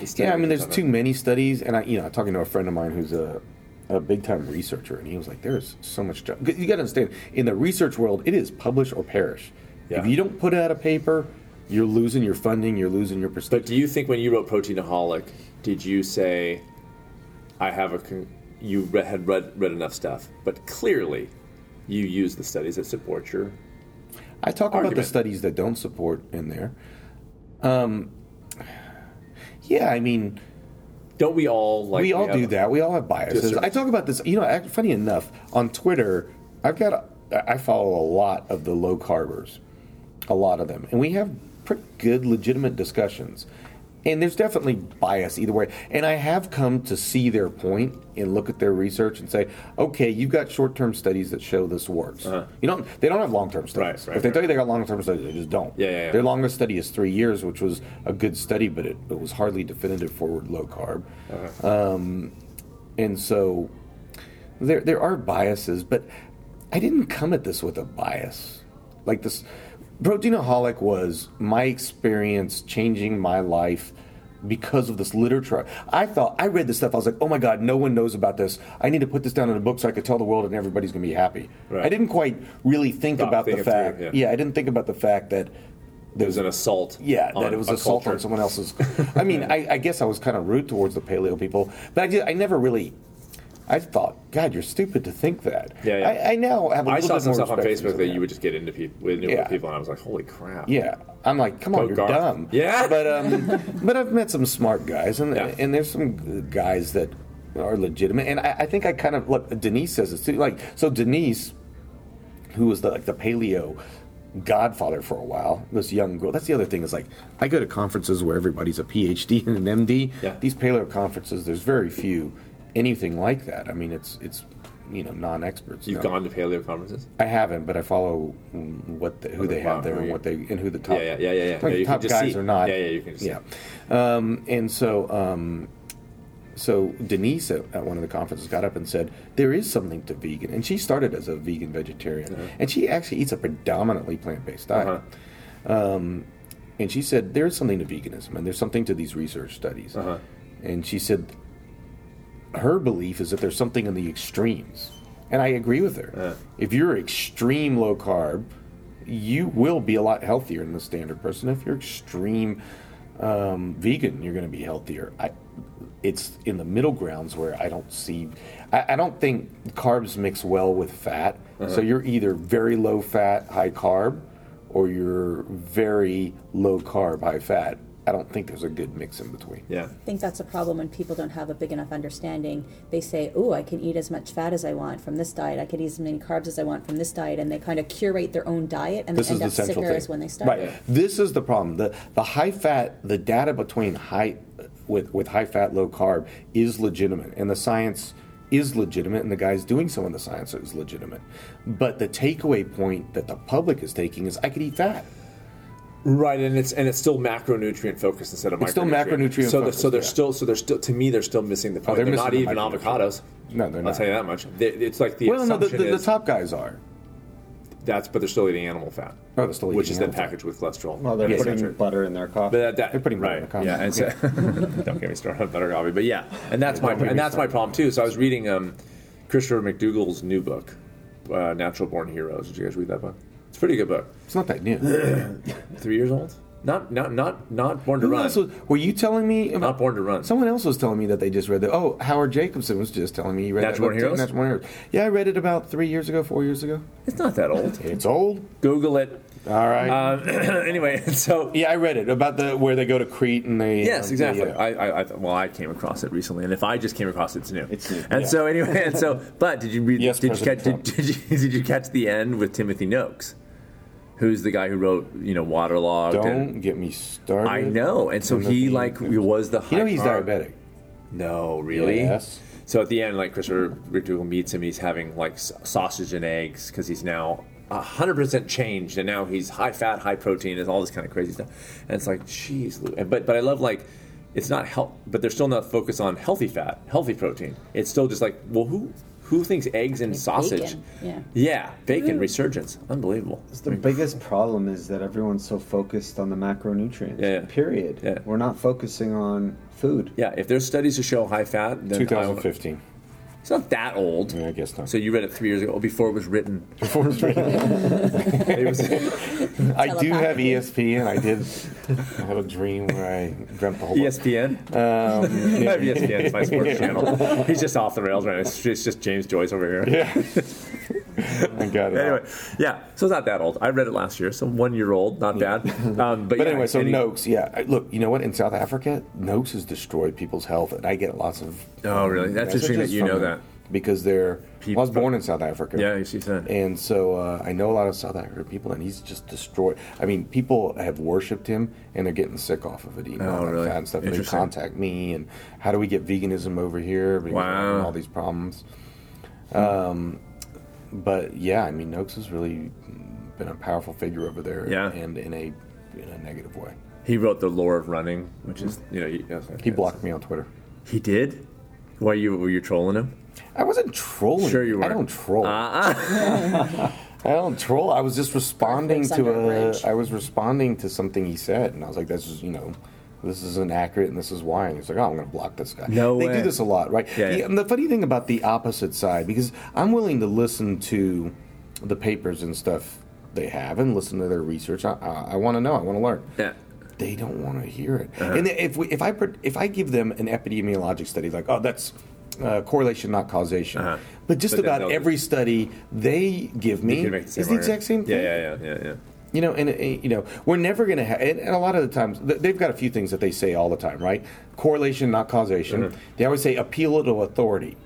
The study yeah, I mean, is a there's tough too back. many studies, and I you know talking to a friend of mine who's a a big time researcher, and he was like, "There's so much job." 'Cause You got to understand, in the research world, it is publish or perish. Yeah. If you don't put out a paper, you're losing your funding, you're losing your prestige. But do you think when you wrote Proteinaholic, did you say, I have a con- you re- had read read enough stuff, but clearly, you use the studies that support your I talk about argument. the studies that don't support in there. Um, yeah, I mean. Don't we all like? we all have- do that. We all have biases. Disservice. I talk about this. You know, act- funny enough, on Twitter, I've got a, I follow a lot of the low carbers, a lot of them, and we have pretty good, legitimate discussions. And there's definitely bias either way. And I have come to see their point and look at their research and say, okay, you've got short-term studies that show this works. You don't. They don't have long-term studies. Uh-huh. right, if they right. tell you they got long-term studies, they just don't. Yeah, yeah, yeah. Their longest study is three years, which was a good study, but it, it was hardly definitive forward low carb Uh-huh. Um, and so there there are biases, but I didn't come at this with a bias. Like this, proteinaholic was my experience changing my life because of this literature. I thought I read this stuff. I was like, oh my god, no one knows about this. I need to put this down in a book so I could tell the world and everybody's gonna be happy. Right. I didn't quite really think Stop about the thinking through, fact. yeah. yeah. I didn't think about the fact that It was an assault. yeah, on that it was a assault culture. on someone else's. I mean, I, I guess I was kind of rude towards the paleo people, but I, just, I never really. I thought, God, you're stupid to think that. Yeah, yeah. I, I now have a I little saw bit some more stuff on respect for Facebook that that. you would just get into people with new Yeah. people, and I was like, holy crap. Yeah, I'm like, come Go on, you're Garth. dumb. Yeah. but *laughs* um, but I've met some smart guys, and Yeah. and there's some guys that are legitimate, and I, I think I kind of look. Denise says this too. Like, so Denise, who was the, like the paleo godfather for a while, this young girl. That's the other thing is like, I go to conferences where everybody's a PhD and an MD. Yeah. These paleo conferences, there's very few anything like that. I mean, it's it's you know non-experts. You've No. gone to paleo conferences? I haven't, but I follow mm, what the, who they wow, have there and yeah. what they and who the top Yeah, yeah, yeah, yeah, yeah. like Yeah, you the can top just guys see. are not Yeah, yeah, you can just see. yeah. Um, and so um, so Denise at, at one of the conferences got up and said there is something to vegan, and she started as a vegan vegetarian, and she actually eats a predominantly plant based diet. Uh-huh. And she said, There's something to veganism and there's something to these research studies. Uh-huh. And she said, Her belief is that there's something in the extremes. And I agree with her. Yeah. If you're extreme low carb, you will be a lot healthier than the standard person. If you're extreme um, vegan, you're going to be healthier. I, it's in the middle grounds where I don't see. I, I don't think carbs mix well with fat. So you're either very low fat, high carb, or you're very low carb, high fat. I don't think there's a good mix in between. Yeah. I think that's a problem when people don't have a big enough understanding. They say, "Oh, I can eat as much fat as I want from this diet. I can eat as many carbs as I want from this diet," and they kind of curate their own diet and This they is end the up sicker central thing. as when they start. Right. This is the problem. The the high fat, the data between high with with high fat, low carb is legitimate, and the science is legitimate, and the guys doing some of the science is legitimate. But the takeaway point that the public is taking is, I could eat fat. Right, and it's and it's still macronutrient focused instead of micronutrient. It's still macronutrient So, focused, so they're yeah. still so they're still to me they're still missing the point. they're Oh, they're not missing even the micronutrient. avocados. No, they're I'll not. tell you that much. They, it's like the well, no, the, assumption the, the is top guys are. that's but they're still eating animal fat. Oh, they're still which eating is then animal fat. packaged with cholesterol. Well, they're et putting cetera. butter in their coffee. But that, that, They're putting butter in right, the coffee. Yeah, and *laughs* so, don't get me started on butter coffee. But yeah, and that's my and that's my problem too. So I was reading um, Christopher McDougall's new book, uh, Natural Born Heroes. Did you guys read that book? It's a pretty good book. It's not *clears throat* that new. Three years old? Not not not not Born to Who Run. else was, were you telling me? About, Not Born to Run. Someone else was telling me that they just read that. Oh, Howard Jacobson was just telling me you read Natural Born that. book, too. Heroes? Natural Born Heroes. Yeah, I read it about three years ago, four years ago. It's not that old. It's old. Google it. All right. Um, *clears throat* anyway, *laughs* so Uh, yeah, I read it about the where they go to Crete and they. Yes, um, exactly. yeah. I, I, I, well, I came across it recently, and if I just came across it, it's new. It's new, And so anyway, and *laughs* so, but did you read? Yes, did, you catch, President did, did you *laughs* did you catch the end with Timothy Noakes, who's the guy who wrote you know Waterlogged? and- Don't get me started. I know, and so he Timothy like Noakes. was the high You know he's car- diabetic. No, really. Yes. So at the end, like Christopher McDougall meets him, he's having like s- sausage and eggs because he's now hundred percent changed, and now he's high fat, high protein, and all this kind of crazy stuff. And it's like, jeez, Lou. And- but but I love like it's not health, but they're still not focused on healthy fat, healthy protein. It's still just like, well, who who thinks eggs and sausage? bacon, yeah. yeah, bacon resurgence, unbelievable. It's the biggest problem is that everyone's so focused on the macronutrients. Yeah, yeah. Period. Yeah. We're not focusing on food. Yeah, if there's studies to show high fat, then I- 2015. it's not that old. Yeah, I guess not. So you read it three years ago, oh, before it was written. *laughs* *laughs* *laughs* I do have E Telepathically. ESPN. I did *laughs* have a dream where I dreamt the E whole. ESPN. Um, *laughs* I have ESPN. It's my sports channel. He's just off the rails right now. It's just, it's just James Joyce over here. yeah. I got it. Anyway, yeah. So it's not that old. I read it last year. So one year old, not bad. Um, but *laughs* But yeah, anyway, so any- Noakes, yeah. I- Look, you know what? In South Africa, Noakes has destroyed people's health, and I get lots of. Oh, really? That's messages interesting that you from know them Because they're. well, I was born in South Africa. Yeah, you see that. And so uh, I know a lot of South African people, and he's just destroyed. I mean, people have worshipped him, and they're getting sick off of it. Eating Oh, all that really? fat and stuff. And they Interesting. contact me, and how do we get veganism over here? Because we're Wow. having all these problems. Um, but yeah, I mean, Noakes has really been a powerful figure over there, Yeah. and in a in a negative way. He wrote the lore of running, which is you know you- yes, He blocked me on Twitter. He did. Why you were you trolling him? I wasn't trolling. Sure you I weren't. don't troll. Uh-uh. *laughs* I don't troll. I was just responding Perfect to under a a. bridge. I was responding to something he said, and I was like, "This is you know, this isn't accurate, and this is why." And he's like, "Oh, I'm going to block this guy." No they way. do this a lot, right? Yeah, yeah. And the funny thing about the opposite side, because I'm willing to listen to the papers and stuff they have, and listen to their research. I, I, I want to know. I want to learn Yeah. they don't want to hear it. Uh-huh. And if we, if I put- if I give them an epidemiologic study, like oh that's uh, correlation not causation, Uh-huh. but just But then about they'll- every study they give me You can make the same is the exact argument. same thing. Yeah, yeah, yeah, yeah, yeah. You know, and uh, you know we're never going to have. And, and a lot of the times th- they've got a few things that they say all the time, right? Correlation not causation. Mm-hmm. They always say appeal to authority.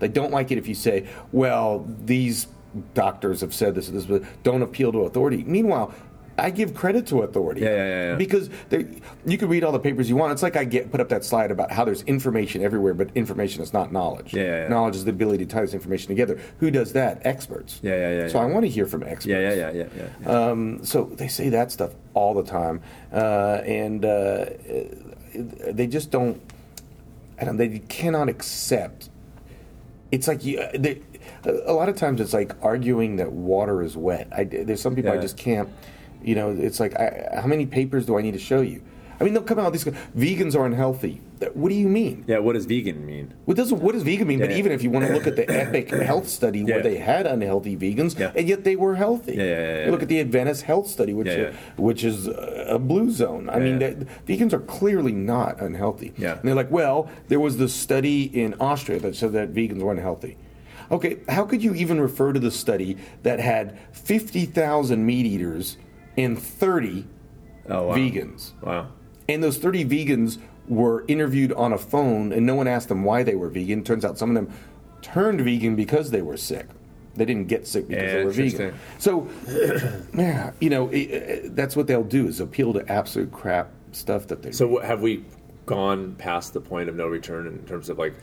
They don't like it if you say, well, these doctors have said this, this, but don't appeal to authority. Meanwhile, I give credit to authority. Yeah, yeah, yeah, yeah. Because there- you can read all the papers you want. It's like I get put up that slide about how there's information everywhere, but information is not knowledge. Yeah, yeah, yeah. Knowledge is the ability to tie this information together. Who does that? Experts. Yeah, yeah, yeah, So yeah. I want to hear from experts. Yeah, yeah, yeah, yeah, yeah. Um, so they say that stuff all the time, uh, and uh, uh, they just don't. I don't. They cannot accept. It's like you. They, a lot of times, it's like arguing that water is wet. I, there's some people I Yeah. just can't. You know, it's like I, how many papers do I need to show you? I mean, they'll come out. with These vegans are unhealthy. What do you mean? yeah, what does vegan mean? What does what does vegan mean? Yeah. But even if you want to look at *coughs* the Epic Health Study where Yeah. they had unhealthy vegans Yeah. and yet they were healthy. Yeah, yeah, yeah, You look yeah. at the Adventist Health Study, which uh, Yeah, yeah. which is a blue zone. I Yeah, mean, yeah. that, vegans are clearly not unhealthy. Yeah. and they're like, well, there was this study in Austria that said that vegans weren't healthy. Okay, how could you even refer to the study that had fifty thousand meat eaters and thirty Oh, wow. vegans? Wow. And those 30 vegans were interviewed on a phone, and no one asked them why they were vegan. Turns out some of them turned vegan because they were sick. They didn't get sick because they were Interesting. vegan. So, *clears throat* yeah, you know, it, it, that's what they'll do is appeal to absolute crap stuff that they. So what- have we gone past the point of no return in terms of like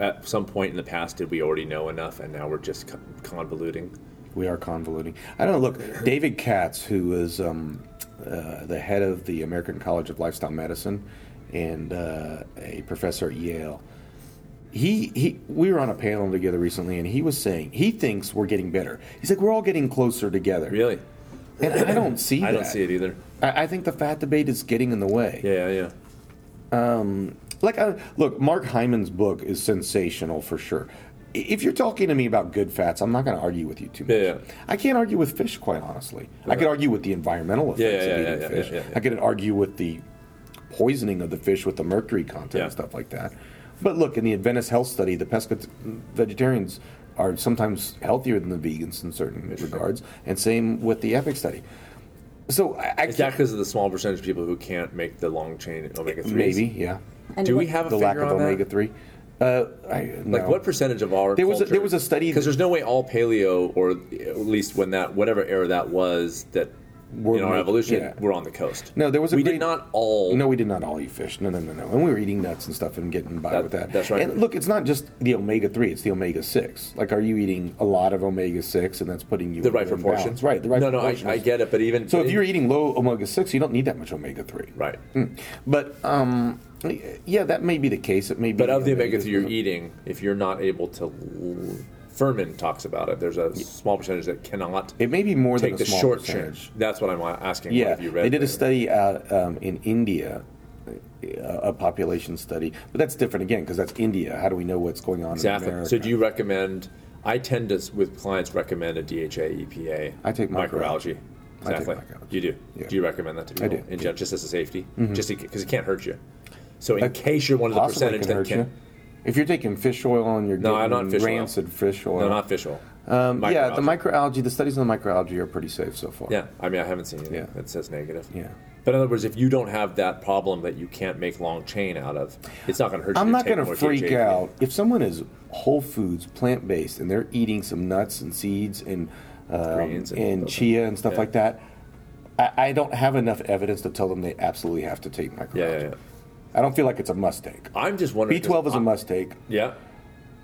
at some point in the past did we already know enough and now we're just con- convoluting? We are convoluting. I don't know. Look, David Katz, who is um, uh, the head of the American College of Lifestyle Medicine and uh, a professor at Yale, he, he we were on a panel together recently, and he was saying he thinks we're getting better. He's like we're all getting closer together, Really? and I don't see. *laughs* I don't that. see it either. I, I think the fat debate is getting in the way. Yeah, yeah, yeah. Like, I, look, Mark Hyman's book is sensational for sure. if you're talking to me about good fats, I'm not going to argue with you too much. Yeah, yeah. I can't argue with fish, quite honestly. I could argue with the environmental Yeah, effects yeah, of yeah, eating yeah, fish. yeah, yeah, yeah. I could argue with the poisoning of the fish with the mercury content Yeah. and stuff like that. But look, in the Adventist Health Study, the pescat- vegetarians are sometimes healthier than the vegans in certain regards, and same with the EPIC study. So I, I Is that can't- because of the small percentage of people who can't make the long chain omega threes? maybe, yeah, And Do what- we have a the lack figure of on that? omega three. Uh, I, Like no. what percentage of our There was a- there was a study- because there's no way all paleo or at least when that whatever era that was that Were- in our evolution yeah. we're on the coast. No, there was a we great- did not all No, we did not all eat fish. No, no, no, no. And we were eating nuts and stuff and getting by That- with that. that's right. And look, it's not just the omega three; it's the omega six. Like, are you eating a lot of omega six, and that's putting you the right into proportions. imbalance? Right, the right. No, no, I, proportions. I get it, but even So if you're eating low omega six, you don't need that much omega three. right, But um, yeah, that may be the case. It may be. but of the omega three you're eating, if you're not able to, l- Furman talks about it. There's a small percentage that cannot it may be more than take a the small short percentage. change. That's what I'm asking. what Yeah, have you read they did a there? study out um, in India, uh, a, a population study, but that's different again because that's India. How do we know what's going on in Exactly. America? So do you recommend? I tend to, with clients, recommend a DHA, EPA. I take microalgae. microalgae. I take Exactly. microalgae. You do. Yeah. Do you recommend that to people? I do, In yeah. Mm-hmm. gen- just as a safety, just because it can't hurt you. So in That case you're one of the possibly percentage can that hurt can. you. If you're taking fish oil and you're No, getting I'm not fish oil. rancid fish oil, No, not fish oil. Um, yeah, the Microalgae. microalgae. The studies on the microalgae are pretty safe so far. Yeah, I mean, I haven't seen anything Yeah. that says negative. Yeah. But in other words, if you don't have that problem that you can't make long chain out of, it's not going to hurt you. I'm to not take going to more freak DHA. out if someone is whole foods, plant based, and they're eating some nuts and seeds and um, Greens and, and all that. chia and stuff Yeah. like that. I, I don't have enough evidence to tell them they absolutely have to take microalgae. Yeah, yeah, yeah. I don't feel like it's a must take. I'm just wondering. 'cause B12 is a I- must take. Yeah.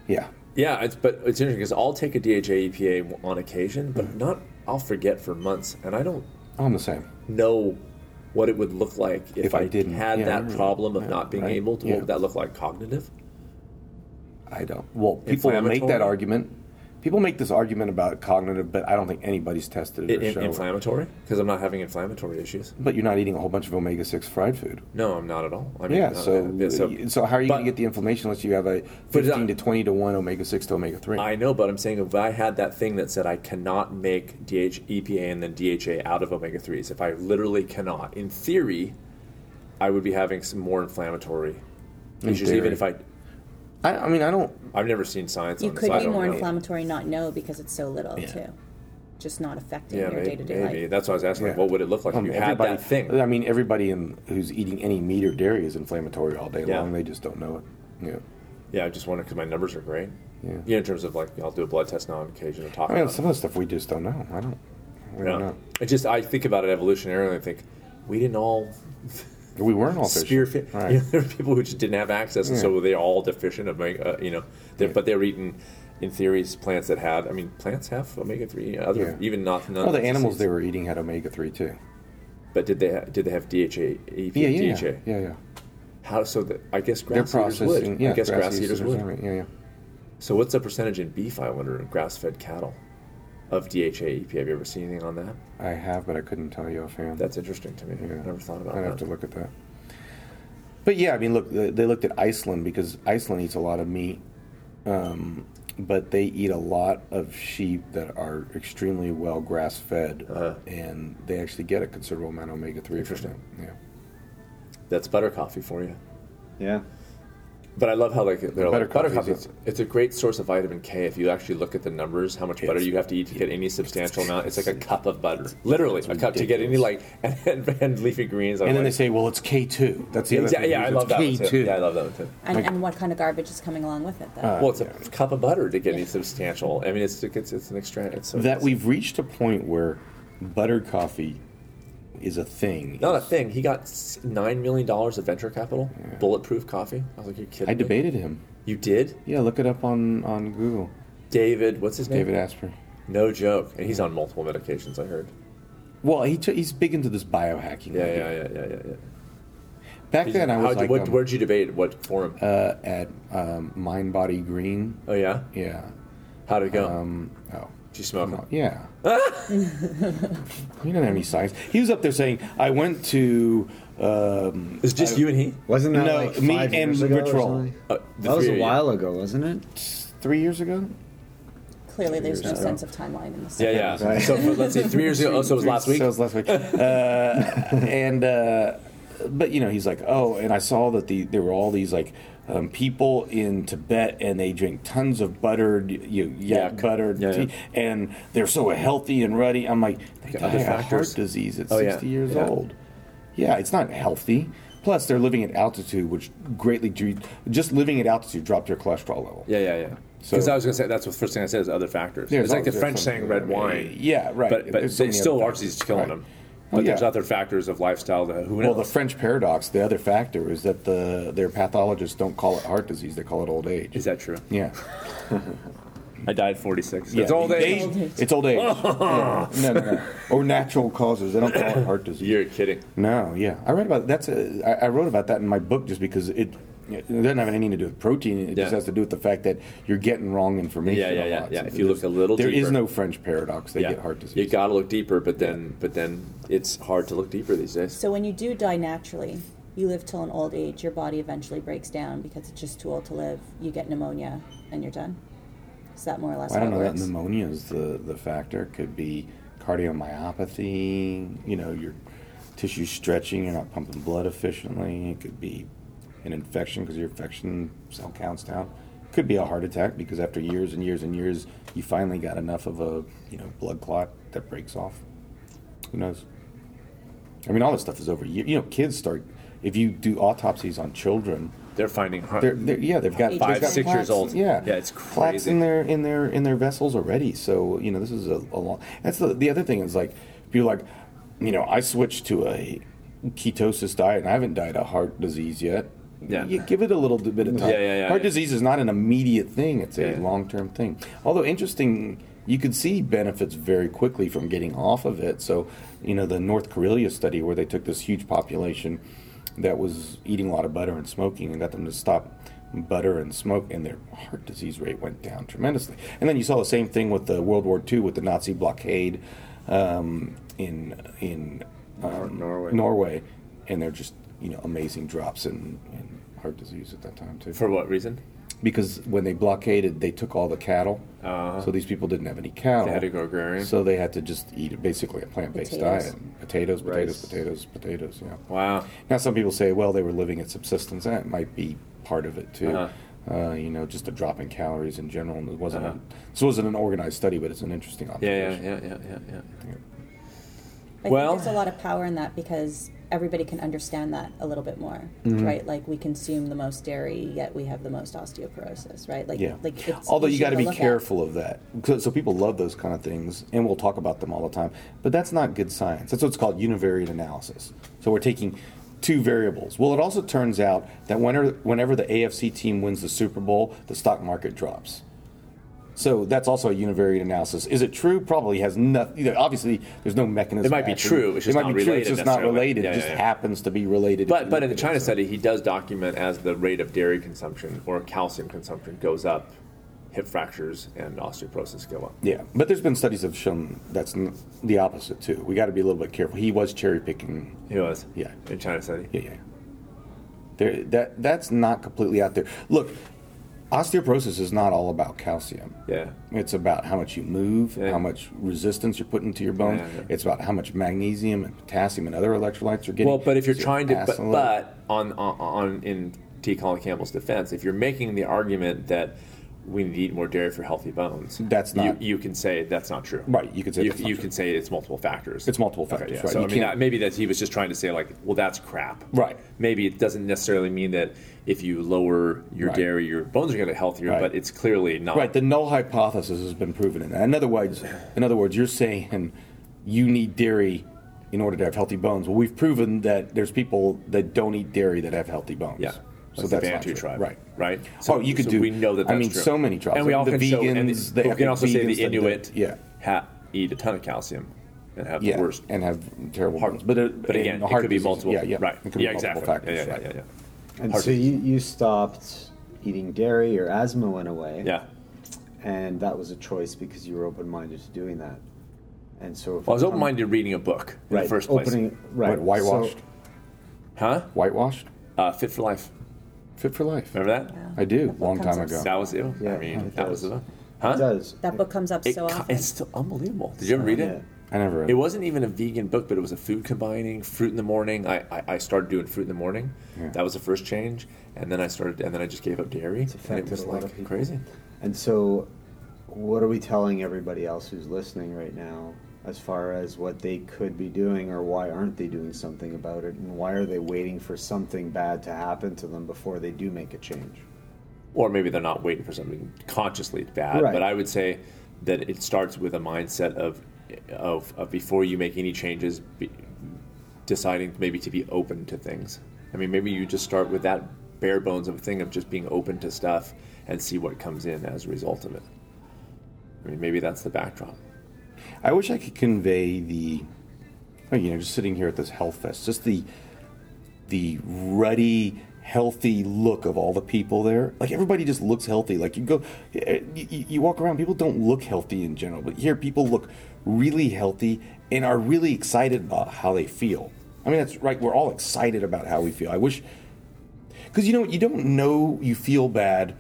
Yeah. Yeah, it's, but it's interesting because I'll take a DHA EPA on occasion, Mm. but not. I'll forget for months, and I don't I'm the same. know what it would look like if, If I didn't, had yeah, I that remember. problem of Yeah, not being right, able to. yeah. What would that look like? Cognitive? I don't. Well, people will make that Inflammatory? argument. People make this argument about cognitive, but I don't think anybody's tested it In, or shown. it. inflammatory? Because I'm not having inflammatory issues. But you're not eating a whole bunch of omega six fried food. No, I'm not at all. I mean, Yeah, not- so, yeah, so how are you but- going to get the inflammation unless you have a But it's fifteen not- to twenty to one omega six to omega three? I know, but I'm saying if I had that thing that said I cannot make DH, EPA and then DHA out of omega 3s, if I literally cannot, in theory, I would be having some more inflammatory issues, theory. even if I. I, I mean, I don't. I've never seen science You on could this. I be don't more know. inflammatory, not know because it's so little too, just not affecting Yeah, your may- day to maybe. day life. That's what I was asking. like, Yeah. What would it look like um, if you had that thing? I mean, everybody in, who's eating any meat or dairy is inflammatory all day Yeah. long. They just don't know it. Yeah. Yeah, I just wonder because my numbers are great. Yeah. in terms of like, I'll do a blood test now on occasion and talk I mean, about some of the stuff we just don't know. I don't. We it. don't Yeah. know. It just, I think about it evolutionarily and I think, we didn't all We weren't all fish. spear fi- Right. you know, *laughs* there were people who just didn't have access, and so they're all deficient of, omega- uh, you know, they but they're eating, in theories, plants that had. I mean, plants have omega three. Other Yeah. even not. None Well, the that's animals they disease. were eating had omega three too. But did they ha- did they have DHA? EPA, Yeah, yeah, DHA. yeah, yeah, yeah. How so? That I guess They're grass eaters processing. would. Yeah, I guess grass, eaters or would. something, Yeah, yeah. So what's the percentage in beef? I wonder in grass fed cattle of DHA EPA. E Have you ever seen anything on that? I have, but I couldn't tell you offhand. That's interesting to me. Yeah. I never thought about I'd that. have to look at that. But yeah, I mean, look, they they looked at Iceland because Iceland eats a lot of meat, um, but they eat a lot of sheep that are extremely well grass fed, and they actually get a considerable amount of omega three. Uh-huh. Interesting. Yeah. That's butter coffee for you. Yeah. But I love how like they're Butter like, butter coffee coffee. is- It's, it's a great source of vitamin K if you actually look at the numbers, how much butter you have to eat to get any substantial amount. It's like a cup of butter, literally a cup to get any like and, *laughs* and, and leafy greens. I'm And then they like, say, well, it's K two. That's the other Exa- thing. yeah, I It's love that one too. K2. Yeah, I Ah, love that one too. And, and what kind of garbage is coming along with it, though? Uh, well, it's a cup of butter to get any substantial. I mean, it's it's, it's an extra. It's so that we've reached a point where butter coffee is a thing. not a thing. He got s- nine million dollars of venture capital, bulletproof coffee. I was like, you're kidding. I me? debated him. You did, Yeah, look it up on on Google. David. What's his name? David Asper. No joke. And he's on multiple medications. I heard. Well, he t- he's big into this biohacking. Yeah, idea. yeah, yeah, yeah, yeah. yeah. Back then, I How was did- like what, um, where'd you debate? What forum? uh, at um, Mind Body Green. oh yeah, Yeah. how'd it go? Um, oh. Did you smoke? no, Yeah. *laughs* he didn't have any science. He was up there saying, "I went to um, It's just you and he. Wasn't that No, like me five and years ago or Rich Roll. something? Uh, the That was three a of you. while ago, wasn't it? three years ago? Clearly, there's no years sense of timeline in this. Yeah, yeah. Right. So for, let's see, three years *laughs* ago. Oh, so it was last week. So it was last week. uh, and uh, but you know he's like, oh, and I saw that the there were all these like um, people in Tibet and they drink tons of buttered you know, yak Yak. buttered Yeah, tea, and they're so healthy and ruddy. I'm like, they Got die other of factors. heart disease at Oh, yeah. 60 years Yeah. old. Yeah, it's not healthy. Plus, they're living at altitude, which greatly dre- just living at altitude dropped your cholesterol level. Yeah, yeah, yeah. So- Because I was gonna say that's the first thing I said is other factors. There's it's like the always French different- saying red wine. Yeah, right. But but There's so they many still other largely is factors. killing Right. them. Oh, But there's yeah. other factors of lifestyle that who knows. Well, the French paradox, the other factor is that the their pathologists don't call it heart disease; they call it old age. is that true? yeah, I died 46. yeah. It's old age. It's *laughs* old age. Yeah. No, no, no. Or natural causes. They don't call it heart disease. You're kidding. No, yeah. I read about that's. A, I, I wrote about that in my book just because it. It doesn't have anything to do with protein. It just Yeah. has to do with the fact that you're getting wrong information. Yeah, yeah, a yeah, lot. yeah. So If you look there's- a little there is deeper. no French paradox. They yeah. get heart disease. You got to look deeper, but then but then it's hard to look deeper these days. So when you do die naturally, you live till an old age. Your body eventually breaks down because it's just too old to live. You get pneumonia, and you're done. Is that more or less? I don't know how it that works? pneumonia is the, the factor. Could be cardiomyopathy, you know, your tissue stretching, you're not pumping blood efficiently. It could be an infection because your infection cell count's down. Could be a heart attack because after years and years and years, you finally got enough of a you know blood clot that breaks off. Who knows? I mean, all this stuff is over. You, you know, kids start if you do autopsies on children. They're finding heart. They're, they're, yeah, they've got Five, they've got six years plaques. old. Yeah, Yeah, it's Plaques crazy. in their in their in their vessels already. So you know, this is a, a long. That's the the other thing is like people are like, you know, I switched to a ketosis diet and I haven't died of heart disease yet. Yeah. You give it a little bit of time. Yeah, yeah, yeah, heart yeah. disease is not an immediate thing; it's a Yeah. long-term thing. Although interesting, you could see benefits very quickly from getting off of it. So, you know, the North Karelia study where they took this huge population that was eating a lot of butter and smoking and got them to stop butter and smoke, and their heart disease rate went down tremendously. And then you saw the same thing with the World War II with the Nazi blockade um, in in um, Norway. Norway, and they're just you know amazing drops in, in heart disease at that time too For what reason? because when they blockaded, they took all the cattle. So these people didn't have any cattle. Uh-huh. They had to go agrarian. So they had to just eat basically a plant-based Potatoes. diet: potatoes, potatoes, Rice. potatoes, potatoes. Yeah. Wow. Now some people say, well, they were living at subsistence. That might be part of it too. uh Uh-huh. Uh-huh. you know, just a drop in calories in general, and it wasn't. A, this wasn't an organized study, but it's an interesting Yeah, yeah, observation. yeah, yeah, yeah, yeah. I Well- think there's a lot of power in that because everybody can understand that a little bit more, Mm-hmm. right? Like we consume the most dairy, yet we have the most osteoporosis, right? Like, Yeah. like it's Although you easier got to be look at. careful of that. So, so people love those kind of things, and we'll talk about them all the time. But that's not good science. That's what's called univariate analysis. So we're taking two variables. Well, it also turns out that whenever, whenever the AFC team wins the Super Bowl, the stock market drops. So that's also a univariate analysis. Is it true? Probably has nothing. Obviously, there's no mechanism. It might be acting- true, it's just it might not be true. related It's just not necessarily. related. Yeah, it yeah, just yeah. happens to be related. But but in the China study, he does document as the rate of dairy consumption or calcium consumption goes up, hip fractures and osteoporosis go up. Yeah, but there's been studies that have shown that's n- the opposite too. We got to be a little bit careful. He was cherry picking. He was. Yeah. In China study. Yeah, yeah. There, that that's not completely out there. Look, osteoporosis is not all about calcium. Yeah. It's about how much you move, Yeah. how much resistance you're putting to your bones. Yeah, yeah. It's about how much magnesium and potassium and other electrolytes you're getting. Well, but if you're Is your trying to, but, acetylate- but on, on on in T. Colin Campbell's defense, if you're making the argument that we need to eat more dairy for healthy bones, That's not- you, you can say that's not true. Right, you could say you, that's not you true. can say it's multiple factors. It's multiple Okay, factors, yeah. right. So You I mean, can't- that, maybe that he was just trying to say like, well, that's crap. Right. Maybe it doesn't necessarily mean that if you lower your Right. dairy, your bones are going to get healthier, Right. but it's clearly not. Right, the null hypothesis has been proven in that. In other words, in other words, you're saying you need dairy in order to have healthy bones. Well, we've proven that there's people that don't eat dairy that have healthy bones. Yeah. So Like the that's not Bantu true. tribe, right? Right. oh, you could so do. We know that. That's I mean, true. so many tribes. and we I all mean, can the show, vegans. and the we can also say vegans that the don't- Inuit Yeah, ha- eat a ton of calcium and have yeah, the worst. and have terrible Heart- bones. But uh, but again, and it heart could be disease. multiple. Yeah, yeah, Right. It could yeah, be multiple exactly. factors. yeah, yeah, right. yeah, yeah, And Hard so to- you, you stopped eating dairy, your asthma went away. yeah. Yeah. And that was a choice because you were open minded to doing that. And so if Well, I was we come- open-minded reading a book in right, the first place. opening, Right. What, whitewashed? So, Huh? Whitewashed? Uh, Fit for Life. Fit for Life. Remember that? I do. That Long comes time up ago. That was it. Yeah, I mean, it that does. was it. Huh? It does. That book comes up It so co- often. It's still unbelievable. Did you ever read it? I never read It wasn't even a vegan book, but it was a food combining fruit in the morning. I, I, I started doing fruit in the morning. Yeah. That was the first change, and then I started, and then I just gave up dairy. and it affected was a lot like of people. crazy. And so, what are we telling everybody else who's listening right now as far as what they could be doing or why aren't they doing something about it? And why are they waiting for something bad to happen to them before they do make a change? Or maybe they're not waiting for something consciously bad. Right. But I would say that it starts with a mindset of, of, of before you make any changes, be, deciding maybe to be open to things. I mean, maybe you just start with that bare bones of a thing of just being open to stuff and see what comes in as a result of it. I mean, maybe that's the backdrop. I wish I could convey the, oh, you know, just sitting here at this health fest, just the, the ruddy, healthy look of all the people there. Like everybody just looks healthy. Like you go, eh, you, you walk around, people don't look healthy in general, but here people look really healthy and are really excited about how they feel. I mean, that's right. We're all excited about how we feel. I wish because you know you don't know you feel bad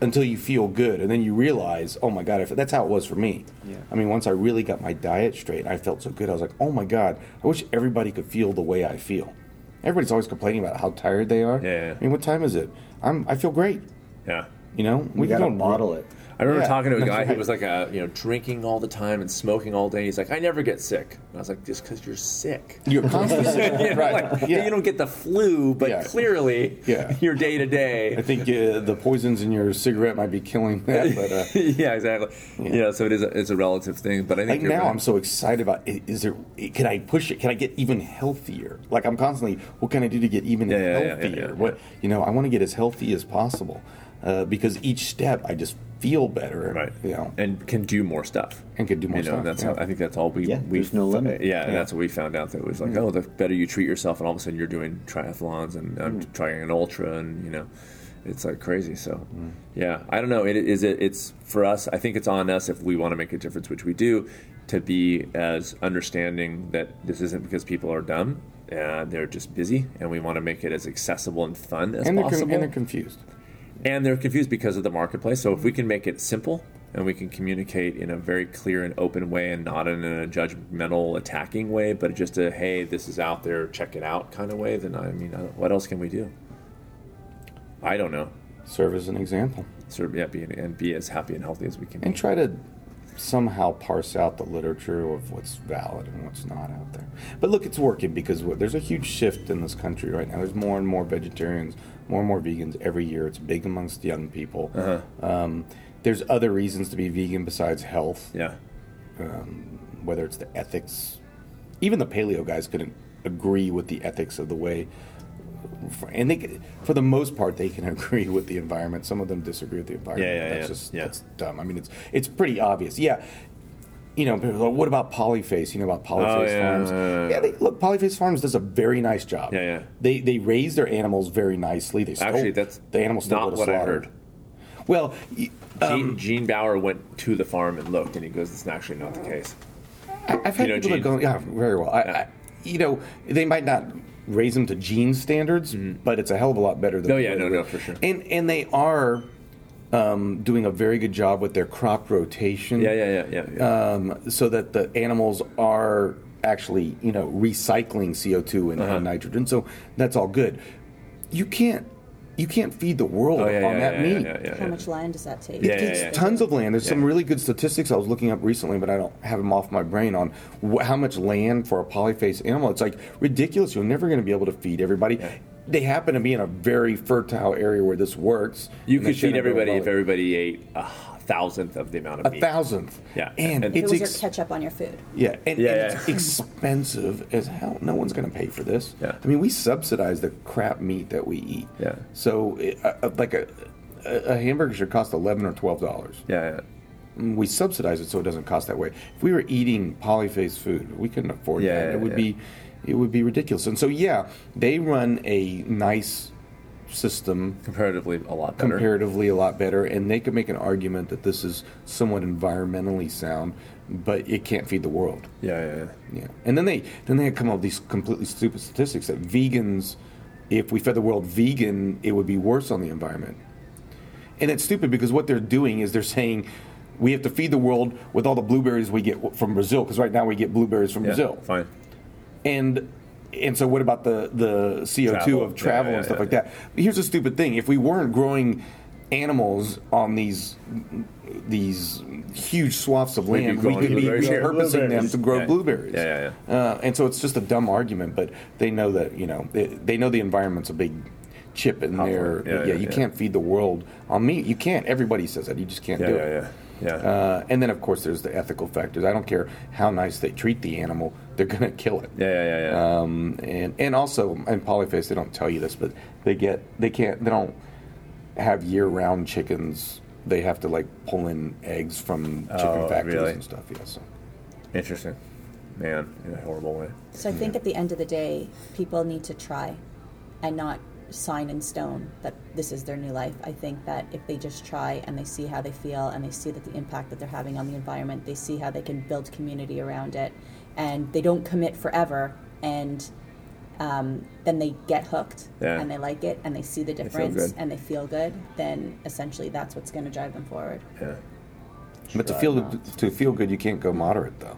until you feel good and then you realize oh my god if that's how it was for me yeah. i mean once i really got my diet straight i felt so good i was like oh my god i wish everybody could feel the way i feel everybody's always complaining about how tired they are Yeah. i mean what time is it i'm i feel great Yeah. you know We can got to go- model it. I remember Yeah, talking to a that's guy who *laughs* right. was like a you know drinking all the time and smoking all day. He's like, I never get sick. And I was like, just because you're sick. you're constantly *laughs* You know, right like, yeah. You don't get the flu, but Yeah. clearly, Yeah. *laughs* your day to i *laughs* day. think uh, the poisons in your cigarette might be killing that but uh *laughs* Yeah, exactly. Yeah. so it is. A, it's a relative thing, but I think like you're now right. i'm so excited about i- is there i- can i push it can i get even healthier like i'm constantly what can i do to get even Yeah, yeah, yeah, yeah, healthier yeah. what you know i want to get as healthy as possible uh, because each step i just feel better right. you know and can do more stuff. And can do more you know, stuff, That's yeah. how, I think that's all we. Yeah, we there's no fo- limit. Mm-hmm. Yeah, and that's what we found out. That it was like, oh, the better you treat yourself, and all of a sudden you're doing triathlons and I'm Mm-hmm. trying an ultra, and you know, it's like crazy. So, Mm-hmm. yeah, I don't know. It is it. It's for us. I think it's on us if we want to make a difference, which we do, to be as understanding that this isn't because people are dumb. Uh, they're just busy, and we want to make it as accessible and fun as and they're, con- possible and they're confused and they're confused because of the marketplace. So if we can make it simple and we can communicate in a very clear and open way and not in a judgmental attacking way, but just a hey, this is out there, check it out kind of way, then I mean, I don't- what else can we do? I don't know. serve as an example So yeah, be, and be as happy and healthy as we can. be. and try to somehow parse out the literature of what's valid and what's not out there. But look, it's working because we there's a huge shift in this country right now. There's more and more vegetarians, more and more vegans every year. It's big amongst young people. Um, there's other reasons to be vegan besides health, Yeah, whether it's the ethics. Even the paleo guys couldn't agree with the ethics of the way. And they, could- for the most part, they can *laughs* agree with the environment. Some of them disagree with the environment. Yeah, yeah, that's yeah, just yeah. that's dumb. I mean, it's it's pretty obvious. Yeah, you know, people go, what about Polyface? You know about Polyface Oh, yeah, Farms? yeah, yeah, yeah. they, look, Polyface Farms does a very nice job. Yeah, yeah. They they raise their animals very nicely. They still, actually, that's the animals still go not to what I slaughter. Um, heard. Well, y- Gene, Gene Bauer went to the farm and looked, and he goes, "It's actually not the Uh, case." I- I've had You know, people Gene. that go, yeah, very well. I, I, you know, they might not raise them to gene standards, but it's a hell of a lot better than. Mm-hmm. No, yeah, the way no, they no, were. for sure. And and they are um, doing a very good job with their crop rotation. um, Yeah, yeah, yeah, yeah. yeah. uh, so that the animals are actually you know recycling CO2 and, Uh-huh. and nitrogen. So that's all good. You can't you can't feed the world oh yeah, yeah, on yeah, that yeah, meat. yeah, yeah, How yeah. much land does that take? Yeah, It yeah, takes yeah. tons of land. There's some really good statistics I was looking up recently, but I don't have them off my brain on wh- how much land for a polyphase animal. It's like ridiculous. You're never going to be able to feed everybody. They happen to be in a very fertile area where this works. You and could they feed shouldn't have everybody been if everybody ate a thousandth of the amount of a meat. thousandth. Yeah. and, And- it's Pills ex- or ketchup on your food. Yeah, and, Yeah, and yeah. it's expensive as hell. No one's going to pay for this. Yeah. I mean, we subsidize the crap meat that we eat. Yeah. So, it, uh, uh, like a, a a hamburger should cost eleven or twelve dollars. Yeah, yeah. We subsidize it so it doesn't cost that way. If we were eating polyphase food, we couldn't afford Yeah, that. yeah, it would yeah. be, it would be ridiculous. And so, yeah, they run a nice system comparatively a lot better. comparatively a lot better, and they could make an argument that this is somewhat environmentally sound, but it can't feed the world. yeah, yeah, yeah. Yeah, and then they then they had come up with these completely stupid statistics that vegans if we fed the world vegan, it would be worse on the environment. And it's stupid because what they're doing is they're saying we have to feed the world with all the blueberries we get from Brazil because right now we get blueberries from Yeah, Brazil. Fine. And and so what about the the CO2 Travel. of travel Yeah, and yeah, stuff yeah, like yeah. that? Here's a stupid thing: if we weren't growing animals on these these huge swaths of We'd be land, we growing could be blueberries here. repurposing them Blueberries. to grow Yeah. blueberries. Yeah, yeah, Uh, and so it's just a dumb argument, but they know that you know they, they know the environment's a big chip in there. Yeah, yeah, you yeah. can't feed the world on meat. You can't. Everybody says that. You just can't Yeah, do yeah, it. yeah. Yeah. Uh, and then, of course, there's the ethical factors. I don't care how nice they treat the animal; they're going to *laughs* kill it. yeah, yeah, yeah, yeah. Um, and and also in Polyface, they don't tell you this, but they get they can't they don't have year-round chickens. They have to like pull in eggs from chicken Oh, factories really? and stuff. Yeah, so. Interesting. Man, in a horrible way. So I think at the end of the day, people need to try and not sign in stone that this is their new life. I think that if they just try and they see how they feel and they see that the impact that they're having on the environment, they see how they can build community around it, and they don't commit forever and um, then they get hooked Yeah. and they like it and they see the feel difference good. and they feel good, then essentially that's what's going to drive them forward. Yeah. But to Try feel not. to feel good, you can't go moderate though.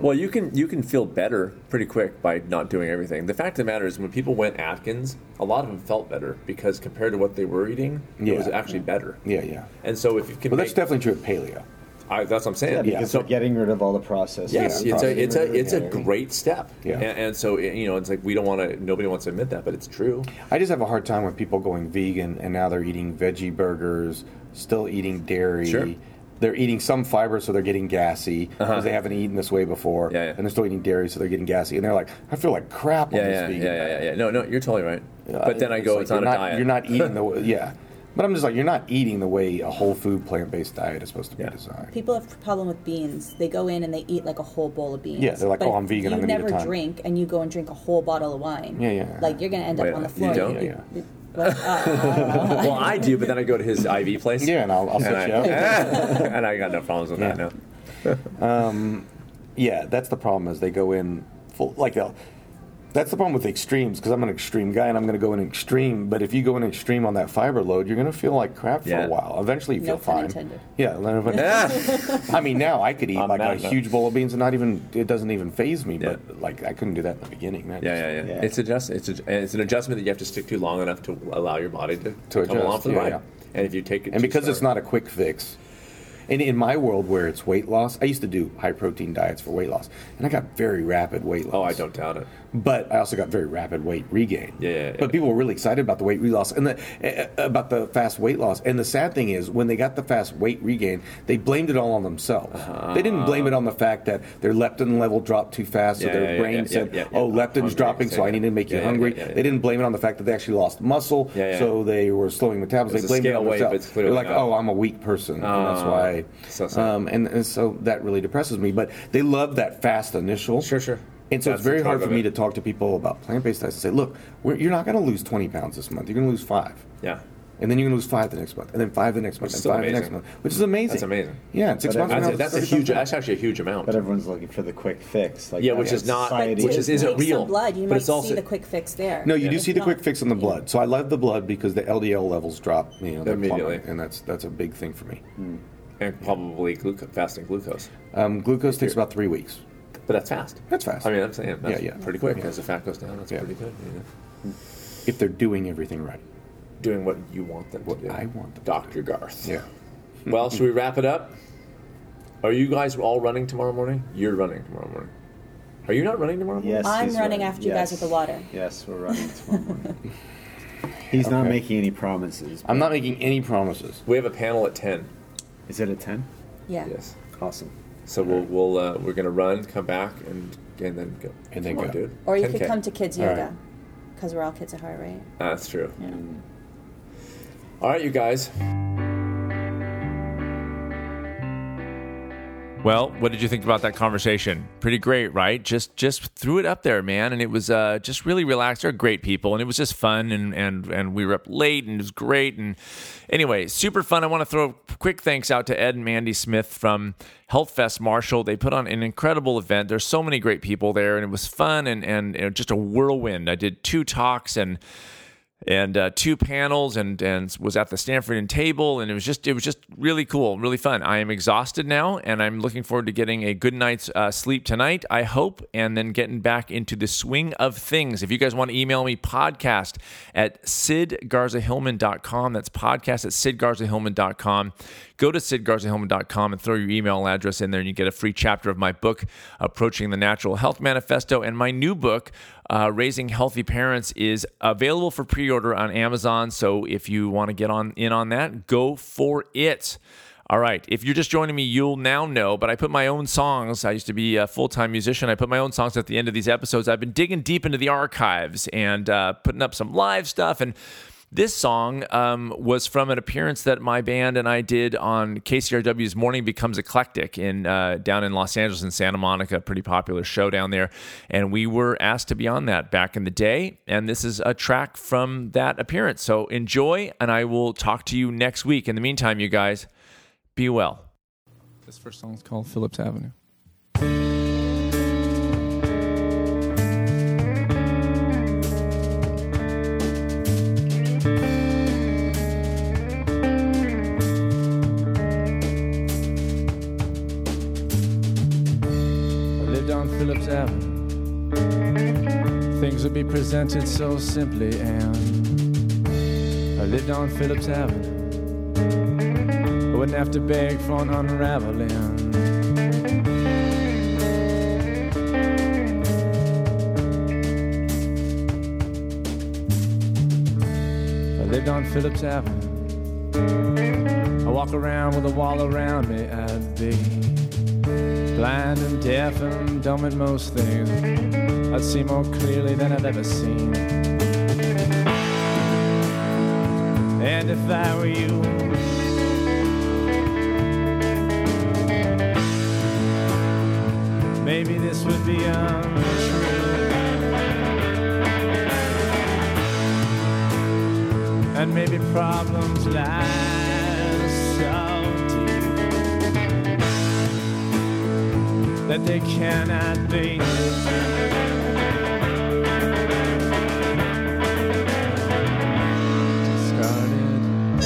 Well, you can you can feel better pretty quick by not doing everything. The fact of the matter is, when people went Atkins, a lot of them felt better because compared to what they were eating, it Yeah. was actually better. Yeah, yeah. And so if you can, Well, that's make- definitely true of paleo. I, that's what I'm saying. Yeah, because So- they're getting rid of all the processed. Yes, it's food, a processed it's a dairy. it's a great step. Yeah. And, and so you know, it's like we don't want to. Nobody wants to admit that, but it's true. I just have a hard time with people going vegan and now they're eating veggie burgers, still eating dairy. Sure. Uh-huh. They're eating some fiber, so they're getting gassy because they haven't eaten this way before. Yeah, yeah. And they're still eating dairy, so they're getting gassy. And they're like, I feel like crap on Yeah, this yeah, vegan. yeah, yeah, yeah, No, no, you're totally right. Uh, but then I go, it's, like on you're a not- diet. You're not eating the yeah. But I'm just like, you're not eating the way a whole food plant based diet is supposed to be Yeah. designed. People have a problem with beans. They go in and they eat like a whole bowl of beans. Yeah, they're like, But "Oh, I'm vegan, You I'm gonna eat a never ton." drink, and you go and drink a whole bottle of wine. Yeah, yeah. Like you're gonna end Wait, up on the you floor. don't? Yeah, You- Well, uh, *laughs* well, I do, but then I go to *laughs* his IV place. Yeah, and I'll, I'll and set I, you up. *laughs* *laughs* and I got no problems with that. Yeah. No. Yeah, that's the problem is they go in full like they'll. That's the problem with extremes because I'm an extreme guy and I'm going to go in extreme. But if you go in extreme on that fiber load, you're going to feel like crap for Yeah. a while. Eventually, you No feel pun fine. intended. Yeah, no pun- *laughs* I mean, now I could eat I'm like mad a at that. huge bowl of beans and not even it doesn't even phase me. Yeah. But like I couldn't do that in the beginning. That Yeah, just- yeah, yeah, Yeah. It's adjust. It's a, and it's an adjustment that you have to stick to long enough to allow your body to, To come along adjust, for the yeah, ride. yeah. And if you take it, And too because it's far- not a quick fix, and in my world where it's weight loss, I used to do high protein diets for weight loss, and I got very rapid weight loss. oh, I don't doubt it. but I also got very rapid weight regain. Yeah, yeah, yeah. But people were really excited about the weight loss and the, uh, about the fast weight loss. And the sad thing is, when they got the fast weight regain, they blamed it all on themselves. They didn't blame it on the fact that their leptin level dropped too fast, so Uh-huh. Yeah, their yeah, brain yeah, yeah, said, yeah, yeah. "Oh, leptin's Hungry, dropping, so yeah, I need yeah. to make you Yeah, yeah, hungry." yeah, yeah, They didn't blame it on the fact that they actually lost muscle, Yeah, yeah. so they were slowing metabolism. They It's a blamed it on scale weight, but themselves. it's They're clearly like, not. "Oh, I'm a weak person, and that's Oh, why." so sad. um, and, and so that really depresses me. But they love that fast initial. Sure, sure. And so That's it's the very tug hard for of me it. to talk to people about plant-based diets and say, look, we're, you're not going to lose 20 pounds this month. You're going to lose five. Yeah. And then you're going to lose five the next month, and then five the next month, and still five the amazing. next month, which is amazing. That's amazing. Yeah, in six But months. it- from That's, now, a, that's a it's huge. 30%. That's actually a huge amount. But everyone's looking for the quick fix. Like Yeah, that's which is what not- society which to is- isn't take real, Some blood. You but might it's also- see the quick fix there. No, you do If see the not- quick fix in the blood. So I love the blood because the LDL levels drop, you know, they Immediately. plummet, and that's that's a big thing for me. and probably glucose, fasting glucose. Um, glucose takes about three weeks. But that's fast. That's fast. I mean, I'm saying that's Yeah, yeah. pretty quick. Yeah. As the fat goes down, that's Yeah. pretty good. you know. if they're doing everything right. Doing what you want them What to do. I want them to Dr. Garth. Yeah. Well, should we wrap it up? Are you guys all running tomorrow morning? You're running tomorrow morning. Are you not running tomorrow morning? Yes, I'm he's running after you guys Yes. with the water. Yes, we're *laughs* running tomorrow morning. he's not Okay. making any promises. I'm but- not making any promises. We have a panel at 10. Is it a ten? Yeah. Yes. Awesome. So we'll, we'll uh, we're gonna run, come back, and and then go. And then Come on, go. dude. Or you 10K. could come to kids All right. yoga, because we're all kids at heart, right? Ah, that's true. Mm. All right, you guys. Well, what did you think about that conversation? Pretty great, right? Just just threw it up there, man, and it was uh, just really relaxed. They're great people, and it was just fun, and and and we were up late, and it was great, and anyway, super fun. I want to throw a quick thanks out to Ed and Mandy Smith from Health Fest Marshall. They put on an incredible event. There's so many great people there, and it was fun, and and you know, just a whirlwind. I did two talks, and and uh, two panels and and was at the Stanford and table and it was just it was just really cool really fun I am exhausted now and I'm looking forward to getting a good night's uh, sleep tonight I hope and then getting back into the swing of things if you guys want to email me podcast at sidgarzahillman.com that's podcast at sidgarzahillman.com go to sidgarzahillman.com and throw your email address in there and you get a free chapter of my book approaching the natural health manifesto and my new book uh, Raising Healthy Parents is available for pre order on Amazon. So if you want to get on in on that, go for it. All right. If you're just joining me, you'll now know. But I put my own songs. I used to be a full time musician. I put my own songs at the end of these episodes. I've been digging deep into the archives and uh, putting up some live stuff. And this song um, was from an appearance that my band and I did on KCRW's Morning Becomes Eclectic in uh, down in Los Angeles in Santa Monica, pretty popular show down there, and we were asked to be on that back in the day. And this is a track from that appearance. So enjoy, and I will talk to you next week. In the meantime, you guys, be well. This first song is called Phillips Avenue. I lived on Phillips Avenue. Things would be presented so simply, and I lived on Phillips Avenue. I wouldn't have to beg for an unraveling. I lived on Phillips Avenue. I walk around with a wall around me, I'd be blind and deaf and dumb at most things. I'd see more clearly than I'd ever seen. And if I were you, maybe this would be um, untrue. And maybe problems lie so deep. that they cannot be. Discarded.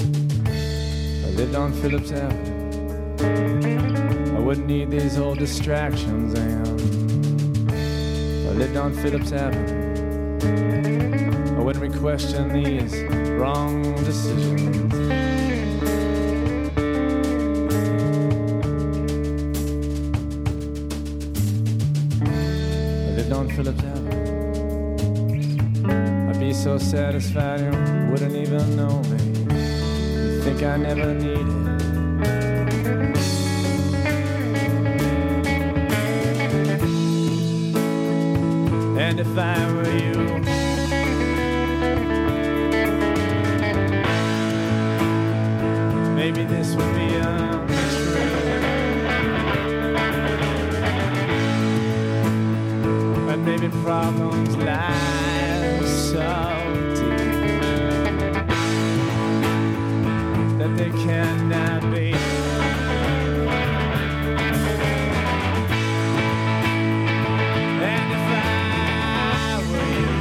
I lived on Phillips Avenue. I wouldn't need these old distractions, and I lived on Phillips Avenue. I wouldn't be question these wrong decisions. I lived on Phillips Avenue. I'd be so satisfied you wouldn't even know me. You think I never need it. And if I were you, maybe this would be untrue. But maybe problems lie so deep that they cannot be. And if I were you,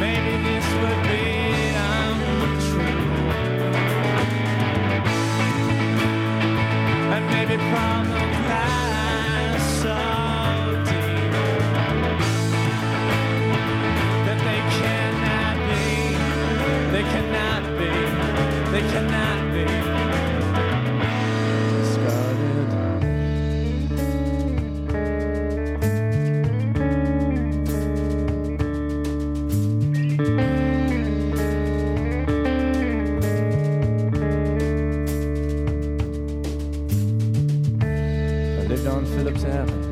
maybe this would be untrue. And maybe problems lie so deep that they cannot be. They cannot be. They cannot be. on Phillips Avenue.